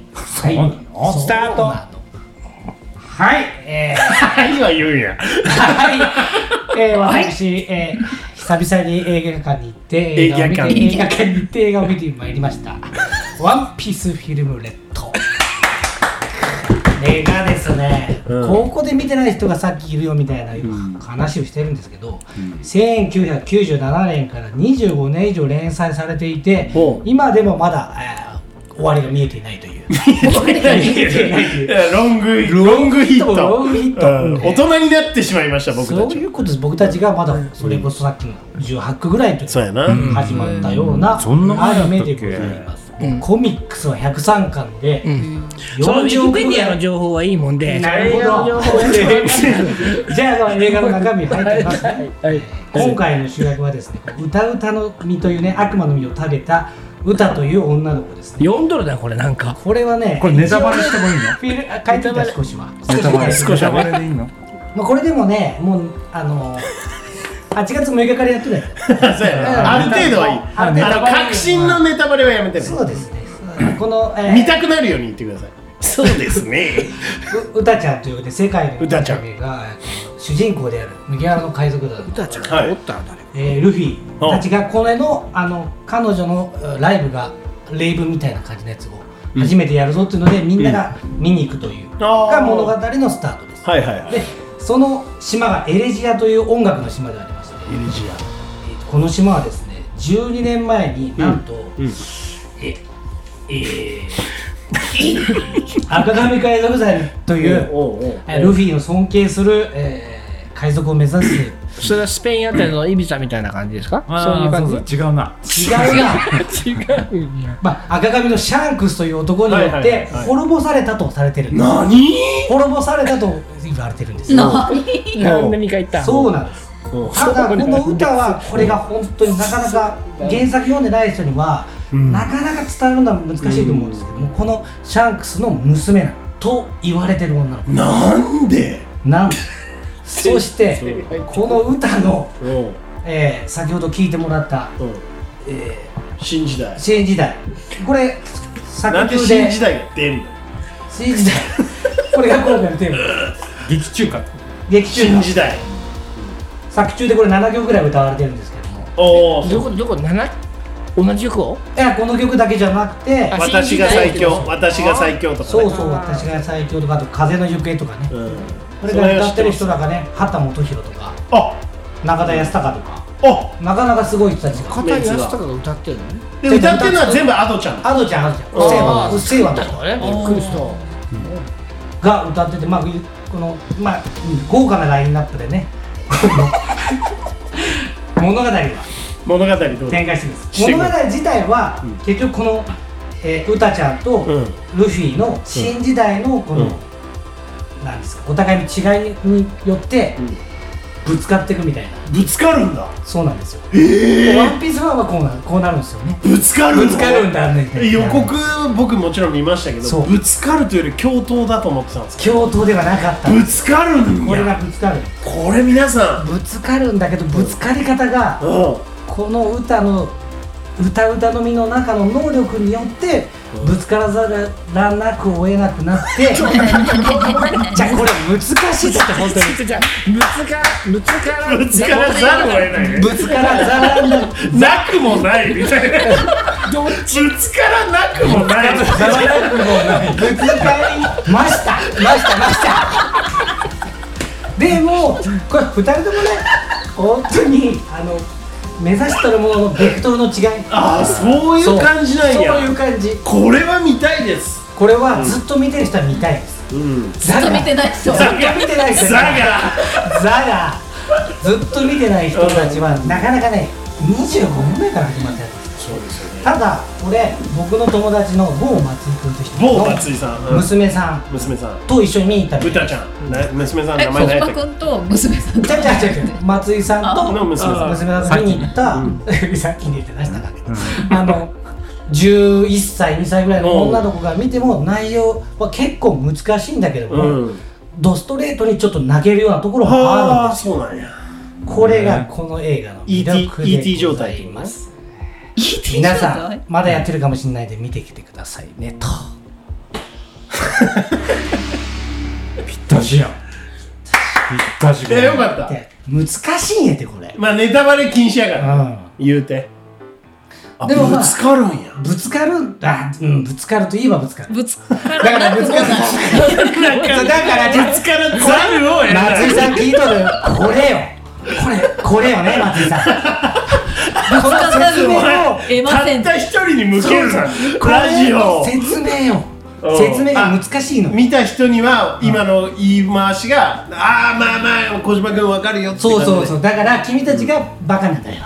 B: スタートはいえー
A: はいは言うんや
B: はい、えー、私、えー、久々に映画館に行って映画を見て
A: 映画館
B: 映画館に行って映画を見てまいりました「ワンピースフィルムレッド」映画ですね、ここで見てない人がさっきいるよみたいな話をしてるんですけど、1997年から25年以上連載されていて、
A: ほう
B: 今でもまだ、えー終わりが見えていないという。
A: いやロングロングヒット
B: ロングヒット
A: うん大人になってしまいました僕
B: そ
A: た
B: うい
A: ち
B: うことです僕たちがまだそれこそさっきの18区ぐらいの時
A: そうやな
B: 始まったような
E: そんな前だ
B: ア
E: っ
B: ニ
E: たっけ
B: メでございます、
C: うん
B: コミックスは103巻で
C: んそのウィ
B: 40
C: キ
B: 億
C: ペ
B: ぐ
C: ディア
B: ら
C: の
B: い
C: 情報はいいもんで
B: なるほど じゃあその映画の中身入ってきますね今回の主役はですね歌うたの実というね悪魔の実を食べた歌という女の子ですね
C: 4ドルだこれなんか
B: これはね
E: これネタバレしてもいいの
B: フィルあ書いてた少しは
E: ネタバレ
B: 少
E: ネ
B: しは
E: タバレでいいの
B: まあこれでもねもう あの8月6日からやってるやつ
A: そうやなある程度はいい
B: あ
A: あ
B: ネタ
A: の
B: バレ
A: 確信のネタバレはやめてね
B: そうですね。この、えー
A: 見たくなるように言ってくださいそうですね
B: う歌ちゃんというね世界の
A: うたちゃん
B: 歌がえーと主人公である麦わらの海賊団の、
C: ちゃ
A: はい
C: たんだね
B: えールフィたちがこれのあの彼女のえーライブがレイブみたいな感じのやつを初めてやるぞっていうので、みんなが見に行くという、
A: あー
B: が物語のスタートです。
A: はいはいはい
B: でその島がエレジアという音楽の島でありまして、
A: エリジア
B: えーとこの島はですね12年前になんと、ええー 赤髪海賊団という
A: おうおう
B: えールフィの尊敬する、え海賊を目指す
C: それはスペインあたりのイビザみたいな感じですか
E: あー
C: そういう感じ
E: そうそう違うな
B: 違うよ
C: 違うんや
B: まあ、赤髪のシャンクスという男によ
A: は
B: っ
A: いはい
B: て
A: はいはい
B: 滅ぼされたとされてるんです、
A: 何
B: 滅ぼされたと言われてるんですよ
D: な
C: なんで2回言った
B: そうなんです
A: うん
B: ただこの歌はこれが本当になかなか原作読んでない人にはなかなか伝えるのは難しいと思うんですけどもこのシャンクスの娘なのと言われてる女の子
A: なんで
B: なんそしてこの歌の、
A: うん
B: えー先ほど聞いてもらった
A: うん新時代
B: 「新時代」これ作
A: なんで
B: 中
A: 新
B: で
A: 時代が出んの
B: 「新時代」これが今回のテーマ
E: 劇中歌
B: 劇中
A: 新
B: 歌
A: 時代
B: 作中でこれ7曲ぐらい歌われてるんですけども
A: おお
C: どこどこ7同じ曲を
B: いやこの曲だけじゃなくて
C: あ
A: 私が最
C: 新時代
A: 強
C: って
A: 私が最強とか
B: そう
A: ね
B: そう私が最強とかあと風の行方とかね
A: うん
B: これが歌ってる人だからね畑基博とか
A: あ
B: 中田康隆とか
A: あ
B: なかなかすごい人たちが
C: 片井康隆が歌ってるのね
A: で歌ってるのは全部アドちゃん
B: アドちゃんアドちゃんうっせぇわうっせぇわと
C: だ
B: か
C: からねびっくりした
B: が歌っててまあこのまあうん豪華なラインナップでね 物語は
A: 物語どうだ
B: 展開してるんです
A: してる
B: 物語自体は、結局この、えー、歌ちゃんと
A: うん
B: ルフィの新時代のこの、なんですかお互いの違いによってぶつかっていくみたいな
A: ぶつかるんだ
B: そうなんですよ、ワンピースファンはこうなこうなるんですよね
A: ぶつかるの
B: ぶつかるんだね
A: 予告僕もちろん見ましたけど
B: そう
A: ぶつかるというより共闘だと思ってたんですけ
B: 共闘ではなかった
A: どぶつかるん
B: これ
A: や
B: がぶつかる
A: これ皆さん
B: ぶつかるんだけどぶつかり方が
A: うん
B: この歌の歌うたのみの中の能力によってぶつからざらなくを得なくなってじゃあこれ難しいっつって本当に
C: ちょちょぶつかぶつから
A: ぶつからざるを得ないね
B: ぶつからざらなく
A: なくもないみたいなどっちぶつからなくもない
B: ざ らなくもないぶつかりましたましたましたでもこれ二人ともね本当にあの目指してるもののベクトルの違い
A: ああそういう感じなん
B: そうそ
A: や
B: ういう感じ
A: これは見たいです
B: これはずっと見てる人は見たいです
A: うん
B: ザ
D: ずっと
B: が
D: 見てない人
B: ずっと見てない人
A: ザが
B: ザがずっと見てない人たちはなかなかね25分目から始まったやつです
A: そうですよね
B: ただ俺僕の友達の某松井君として
A: 某松井さんうん
B: 娘さん
A: 娘さん
B: と一緒に見に行ったの
A: 歌ちゃんな娘さん
D: え
A: 名前
D: 小
A: ない
D: 島
A: と
D: 君と娘さん
B: じゃじゃじゃじゃ松井さんと
A: の娘さん
B: 娘さんと見に行った さっきに言って出したかあの11歳2歳ぐらいの女の子が見ても内容は結構難しいんだけども、
A: うん
B: ドストレートにちょっと泣けるようなところもあるん
A: あ
B: で
A: あ
B: す
A: そうなんや
B: これがこの映画の魅
A: ET
B: 力で
A: ET
B: ご
A: 状
B: ざ
A: 態
B: います皆
D: 皆
B: さんまだやってるかもしれないんで見てきてくださいねと
E: ぴったしやんぴったし
A: えよかった
B: で難しいんやてこれ、
A: まあネタバレ禁止やから
B: う
A: 言うてあ
B: でもまあ
A: ぶつかるんや
B: ん、ぶつかるあ、うん、ぶつかるといえばぶつかる
D: ぶつか
B: だからら
D: な
B: ぶ
D: く
B: つ
D: も
B: かる
D: ない
B: だからじゃあ
A: ぶつからざるを得な
B: 松
A: い
B: 井さん聞いとるこれよこれこれよね松井さんこの説明を
D: 得ませ
A: たっ
D: ん
A: た一人に向けるな
B: こ
A: ラジ
B: れ
A: オ
B: の説明よ
A: うん
B: 説明が難しいの
A: 見た人には今の言い回しが、ああまあまあ小島君わかるよって感じ
B: そう
A: で
B: そうそうだから君たちがバカ なんだよ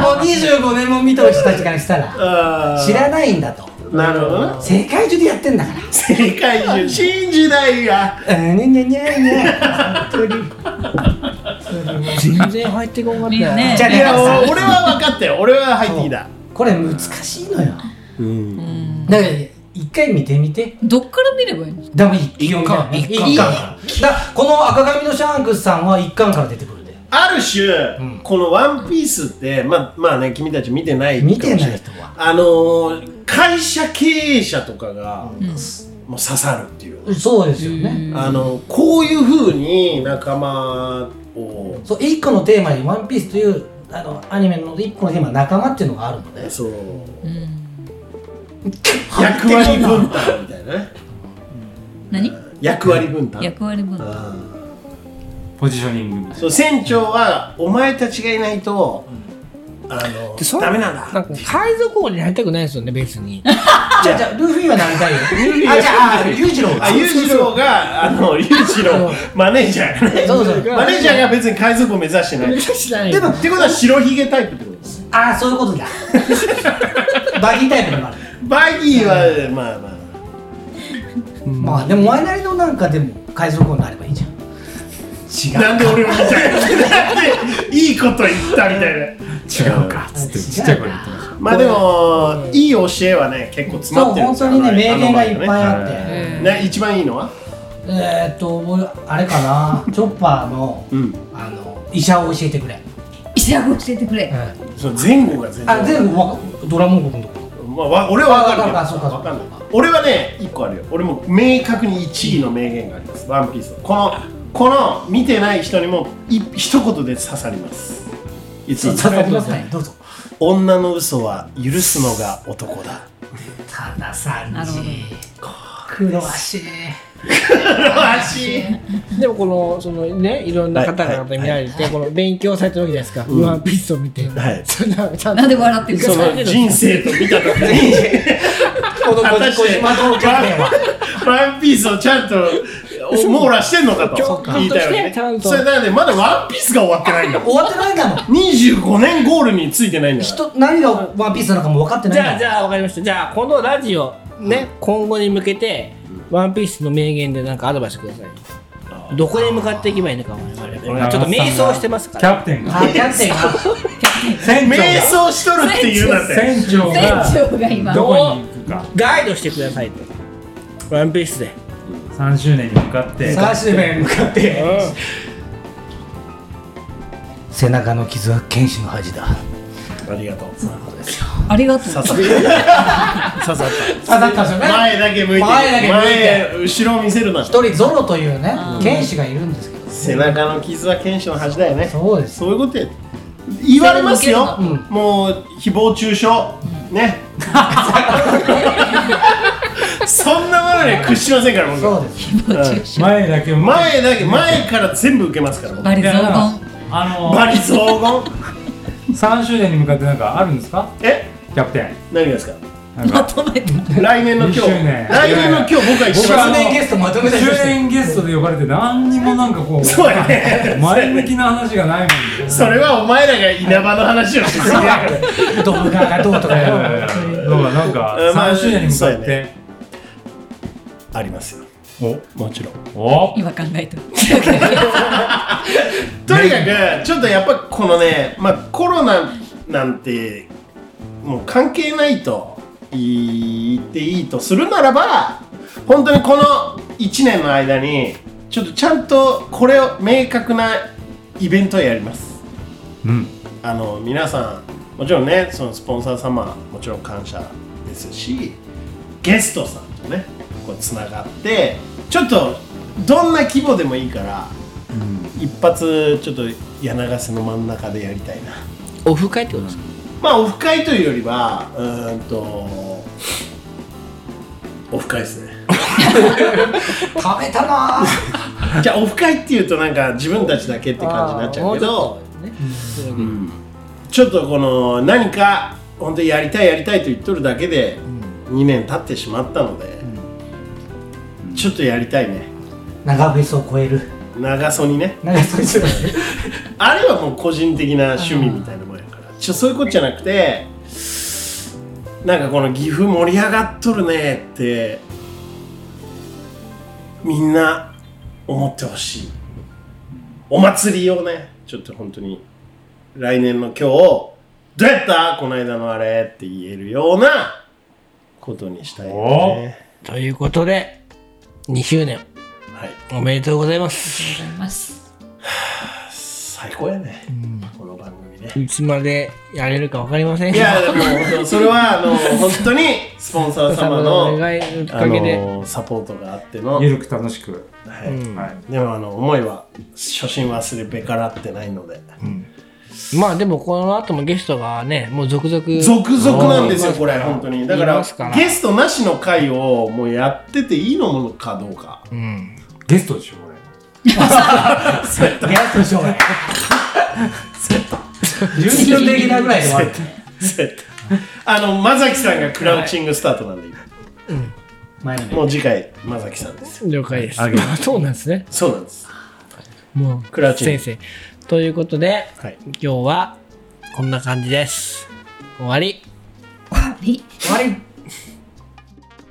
B: もう25年も見た人たちからしたら
A: あー
B: 知らないんだと
A: なるほどな
B: 世界中でやってんだか
A: 世界中新時代が
B: らあーねねねね本当に
C: 全然入ってこんかったよ
D: ね
B: じゃあ
A: い
B: ね
A: や
B: さ
A: 俺は分かったよ俺は入ってきた
B: これ難しいのよだから一回見てみて
D: どっから見ればいいの
B: でも一巻から一巻からだこの赤髪のシャンクスさんは一巻から出てくるんだよ
A: ある種、
B: うん
A: この「ワンピースってまあまあね君たち見てないかもし
B: 見
A: れ
B: てない人は
A: あのー会社経営者とかが、もう刺さるっていう、
B: そうですよね
A: あのこういうふうに仲間を
B: そう一個のテーマに「ワンピースというあのアニメの一個のテーマ仲間っていうのがあるので
A: そう、役割分担みたいなね
D: 何
A: 役割分担
D: 役割分担
A: うん
E: ポジショニングみたい
A: そう船長はお前たちがいないと、あの
C: でそれ
A: ダメなんだ
C: なんか海賊王になりたくないですよね別に
B: じゃあじゃあルフィはなりたいよあじゃああ裕次郎が
A: あ、裕次郎が、あ の、裕次郎、マネージャーやね。
C: そうそう
A: マネージャーが別に海賊を目指してない。っ
C: し ない
B: でも
A: てことは白ひげタイプってことです。
B: ああそういうことだバギータイプのもある
A: バギーは、まあまあ。
B: まあでもワイナリのなんかでも海賊王になればいいじゃん
A: なんで俺を見たいなんでいいこと言ったみたいな。
E: 違うかっつってちっちゃい声で言ってました
A: まあでも、いい教えはね、結構詰ま
B: そう
A: ってるん
B: 本
A: ですよ
B: 当にね名言がいっぱい
A: あ
B: あっ
E: あの
B: て
A: のね、一番いいのは
B: えーっともうあれかなチョッパーの
A: うん。
B: あの医者を教えてくれ
D: 医者を教えてくれ。
A: その前後が全
B: あ
A: 然。
B: 全部わドラゴン国のとこ
A: まあわ、俺は分かるけど
B: あそうかそうか
A: わんない俺はね1個あるよ俺も明確に1位の名言があります「ワンピースのこのこの見てない人にもい一言で刺さりますいつ
B: 刺さりますねどうぞ
A: 女の嘘は許すのが男だ
B: たださん
D: なるほど
B: 苦労しい
A: わし
C: でもこのそのねいろんな方々に見られて、この勉強されてるわけじゃないですか、ワンピースを見て、
A: はい
C: そんなちゃんと
D: なんで笑ってる
A: その人生と見た時に
B: この
A: 果た
B: 小
A: して
B: 島道キャプテンは
A: ワンピースをちゃんとお網羅してんのかと言いたいわけ
C: ちゃん
A: ね
C: と
A: それなんでまだワンピースが終わってないんだもん
B: 終わってないんだもん
A: 25年ゴールについてないんだから
B: 人何がワンピースなのかも分かってな
C: じ
B: いんだ
C: ゃあじゃあわかりましたじゃあこのラジオね、今後に向けてワンピースの名言でなんかアドバイスくださいどこに向かっていけばいいのか我々これはちょっと迷走してますか
E: キ
C: ら
E: ャプテンが
B: あキャプテンが
E: 船
A: 瞑
E: 長
A: 想しとるっていうなんて
E: が船長
D: 船
E: が
D: 長が今
E: どこに行くか
C: ガイドしてくださいとワンピースで
E: 3周年に向かって
B: サーシュベン向かって背中の傷は剣士の恥だ
A: ありがとう
D: ありがとう。
A: 刺さった
B: あだったんですよね
A: 前だけ向いて
B: 前だけ向いて
A: 前後ろを見せるな
B: 一人ゾロというね剣士がいるんですけど
A: 背中の傷は剣士の恥だよね
B: そうです
A: そういうことや言われますよ、
B: うん
A: もう誹謗中傷、ねそんなものには屈しませんから僕
B: そう
A: は
B: です
E: 前だけ
A: 前だけ前から全部受けますから僕
D: バリ雑言。
E: あ
A: バリ雑言
E: の3周年に向かってなんかあるんですか
A: え
E: キャプテン
A: 何がですか
E: なんか
A: 来年の今日
E: 20周年
A: 来年の今日僕は一
E: 僕はあ
B: 周
A: 番
E: の
B: 年ゲストまとめたり
E: 周
B: して
E: 年ゲストで呼ばれて何にもなんかこ
A: そうや
E: う
A: ね
E: 前向きな話がないもんで
A: それはお前らが稲葉の話をしてすぎだから
B: 動画がどうとかよ
E: そうかなんか
A: うんまあ
E: 3周年に向かっ
A: そう
E: て
A: やありますよもちろん
E: お
D: 今考えて る。
A: とにかくちょっとやっぱこのね、まあ、コロナなんてもう関係ないと言っていいとするならば本当にこの1年の間にちょっとちゃんとこれを明確なイベントをやります
E: うん
A: あの皆さんもちろんねそのスポンサー様もちろん感謝ですしゲストさんとねこうつながってちょっとどんな規模でもいいから一発ちょっと柳瀬の真ん中でやりたいな
C: オフ会ってことですか
A: まあオフ会というよりはうーんとオフ会 ですね
B: 食べたなぁ
A: じゃあオフ会っていうとなんか自分たちだけって感じになっちゃうけどちょっとこの何か本当にやりたいやりたいと言っとるだけで2年経ってしまったので、ちょっとやりたいね
B: 長フェスを超える
A: 長曽にね
B: 長フェスを超える
A: あれはもう個人的な趣味みたいなもんやからちょそういうことじゃなくてなんかこの岐阜盛り上がっとるねってみんな思ってほしいお祭りをねちょっと本当に来年の今日どうやったこの間のあれって言えるようなことにしたいですね
C: ということで2周年
A: はい
C: おめでとうございます
D: ありがとうございます。
A: 最高やね、この番組ね
C: いつまでやれるかわかりません
A: いやでも本当それはあの本当にスポンサー様の
C: お願いのお
A: あ
C: かげで、
A: のサポートがあっての、は
E: ゆ
A: い
E: るく楽しく
C: うん
E: はい
A: でもあの思いは初心忘れべからってないので、
C: まあでもこの後もゲストがねもう続々
A: 続々なんですよこれ本当にだか
C: い
A: ら
C: ますから
A: ゲストなしの回をもうやってていいのかどうか
C: うん
E: ゲストでしょこれ
B: やっとしょうがない順調的なぐらいで終わる
A: そうやったあの、まさきさんがクラウチングスタートなんで、今
B: 前の
A: もう次回、まさきさんですよ。
C: 了解です
E: あげる。
C: そうなんですね。
A: そうなんです。
C: もう、
A: クラウチング
C: 先生。ということで、
A: はい。
C: 今日はこんな感じです。終わり。
D: り
B: 終わり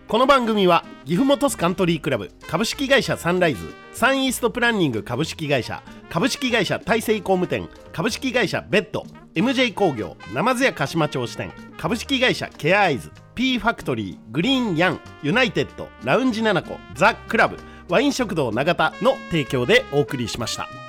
G: この番組は岐阜本スカントリークラブ株式会社サンライズサンイーストプランニング株式会社株式会社大成工務店株式会社ベッド MJ 工業生津屋鹿島町支店株式会社ケアアイズ P ファクトリーグリーンヤンユナイテッドラウンジナナコザ・クラブワイン食堂永田の提供でお送りしました。